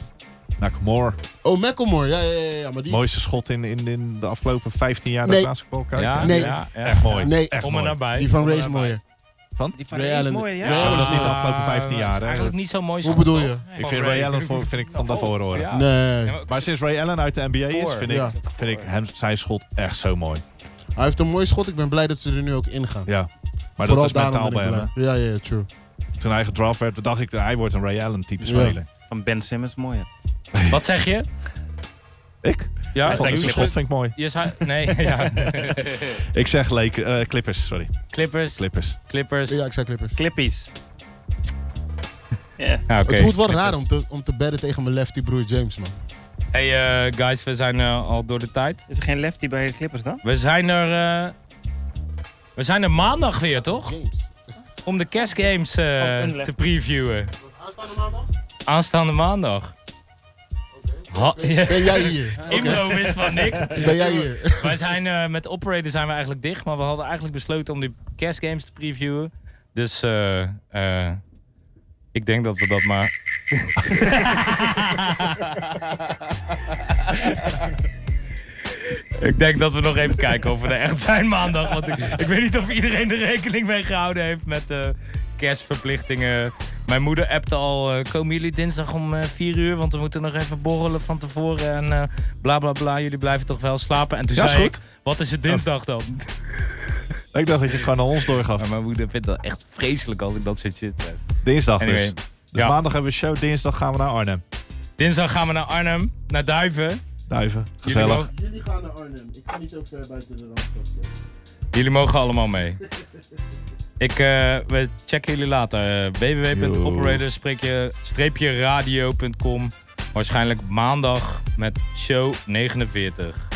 Speaker 3: Nakamura.
Speaker 4: Oh, Macklemore. Ja, ja, ja, ja. Maar die...
Speaker 3: Mooiste schot in, in, in de afgelopen 15 jaar
Speaker 4: Nee.
Speaker 3: dat basketbal kijken.
Speaker 1: Ja,
Speaker 4: Nee.
Speaker 1: ja, ja.
Speaker 3: Echt mooi.
Speaker 4: Nee,
Speaker 3: Echt
Speaker 1: Kom er
Speaker 3: mooi.
Speaker 1: naar bij.
Speaker 4: die van
Speaker 1: Kom er
Speaker 4: Race
Speaker 1: naar bij.
Speaker 4: mooier.
Speaker 3: Van?
Speaker 2: Die van
Speaker 4: Ray
Speaker 2: Ray is
Speaker 4: Allen.
Speaker 2: mooi, ja.
Speaker 4: Ray
Speaker 3: Ja,
Speaker 4: Allen.
Speaker 3: maar dat is niet de
Speaker 1: Ah,
Speaker 3: afgelopen 15 jaar,
Speaker 1: dat is
Speaker 3: hè.
Speaker 1: Eigenlijk niet zo mooi.
Speaker 4: Hoe
Speaker 1: schot,
Speaker 4: bedoel je?
Speaker 1: toch?
Speaker 3: Ik
Speaker 1: Van
Speaker 3: vind Ray Allen voor- vind ik van daarvoor horen.
Speaker 1: Ja.
Speaker 4: Nee.
Speaker 1: Ja, maar-
Speaker 3: Maar sinds Ray Allen uit de NBA is,
Speaker 1: Voor.
Speaker 3: vind ik,
Speaker 4: Ja.
Speaker 3: vind ik hem, zijn schot echt zo mooi.
Speaker 4: Hij heeft een mooi schot. Ik ben blij dat ze er nu ook in gaan.
Speaker 3: Ja. Maar
Speaker 4: Vooral
Speaker 3: dat is mentaal
Speaker 4: daarom ben
Speaker 3: bij
Speaker 4: ik
Speaker 3: hem.
Speaker 4: blij. Ja, ja, ja, true.
Speaker 3: hè. Toen hij gedraft werd, dacht ik, hij wordt een Ray Allen type
Speaker 4: Ja.
Speaker 3: speler.
Speaker 2: Van Ben Simmons, mooi. hè.
Speaker 1: Wat zeg je?
Speaker 3: Ik?
Speaker 1: Ja,
Speaker 3: ik vond
Speaker 1: uw
Speaker 3: het schot
Speaker 1: schot-
Speaker 3: vind ik mooi.
Speaker 1: Je zei- nee, ja.
Speaker 3: Ik zeg Lake, eh, Clippers, sorry.
Speaker 1: Clippers,
Speaker 3: Clippers.
Speaker 1: Clippers.
Speaker 4: Ja, ik zei Clippers.
Speaker 2: Clippies. Ja.
Speaker 1: Ja, Ah, oké.
Speaker 4: Het voelt wel raar om te, om te bedden tegen mijn lefty broer James, man.
Speaker 1: Hey eh, guys, we zijn eh, al door de tijd.
Speaker 2: Is er geen lefty bij de Clippers dan?
Speaker 1: We zijn er. eh, we zijn er maandag weer, toch?
Speaker 4: James.
Speaker 1: Om de kerstgames eh,
Speaker 2: Oh, een lef-
Speaker 1: te previewen.
Speaker 4: Aanstaande maandag?
Speaker 1: Aanstaande maandag. Ha- ja.
Speaker 4: Ben jij hier? Oké.
Speaker 1: Imro wist van niks.
Speaker 4: Ben jij hier?
Speaker 1: Wij zijn eh, met Operator zijn we eigenlijk dicht, maar we hadden eigenlijk besloten om die kerstgames te previewen. Dus eh, eh, ik denk dat we dat maar. ik denk dat we nog even kijken of we er echt zijn maandag. Want ik, ik weet niet of iedereen er rekening mee gehouden heeft met eh, kerstverplichtingen. Mijn moeder appte al, eh, komen jullie dinsdag om eh, 4 uur? Want we moeten nog even borrelen van tevoren en eh, bla bla bla. Jullie blijven toch wel slapen? En toen
Speaker 3: Ja, is
Speaker 1: zei
Speaker 3: goed.
Speaker 1: ik, wat is het dinsdag dan?
Speaker 3: Ik dacht dat je het gewoon aan ons doorgaf.
Speaker 1: Maar mijn moeder vindt dat echt vreselijk als ik dat soort shit zeg.
Speaker 3: Dinsdag dus.
Speaker 1: Anyway,
Speaker 3: Dus
Speaker 1: ja.
Speaker 3: maandag hebben we show, dinsdag gaan we naar Arnhem.
Speaker 1: dinsdag gaan we naar Arnhem, naar Duiven.
Speaker 3: Duiven,
Speaker 1: Jullie
Speaker 3: gezellig.
Speaker 1: mogen,
Speaker 4: Jullie gaan naar Arnhem. Ik ga niet zo ver buiten de landstad.
Speaker 1: jullie mogen allemaal mee. Ik, eh, we checken jullie later. Eh, www.operator-radio.com Waarschijnlijk maandag met show 49.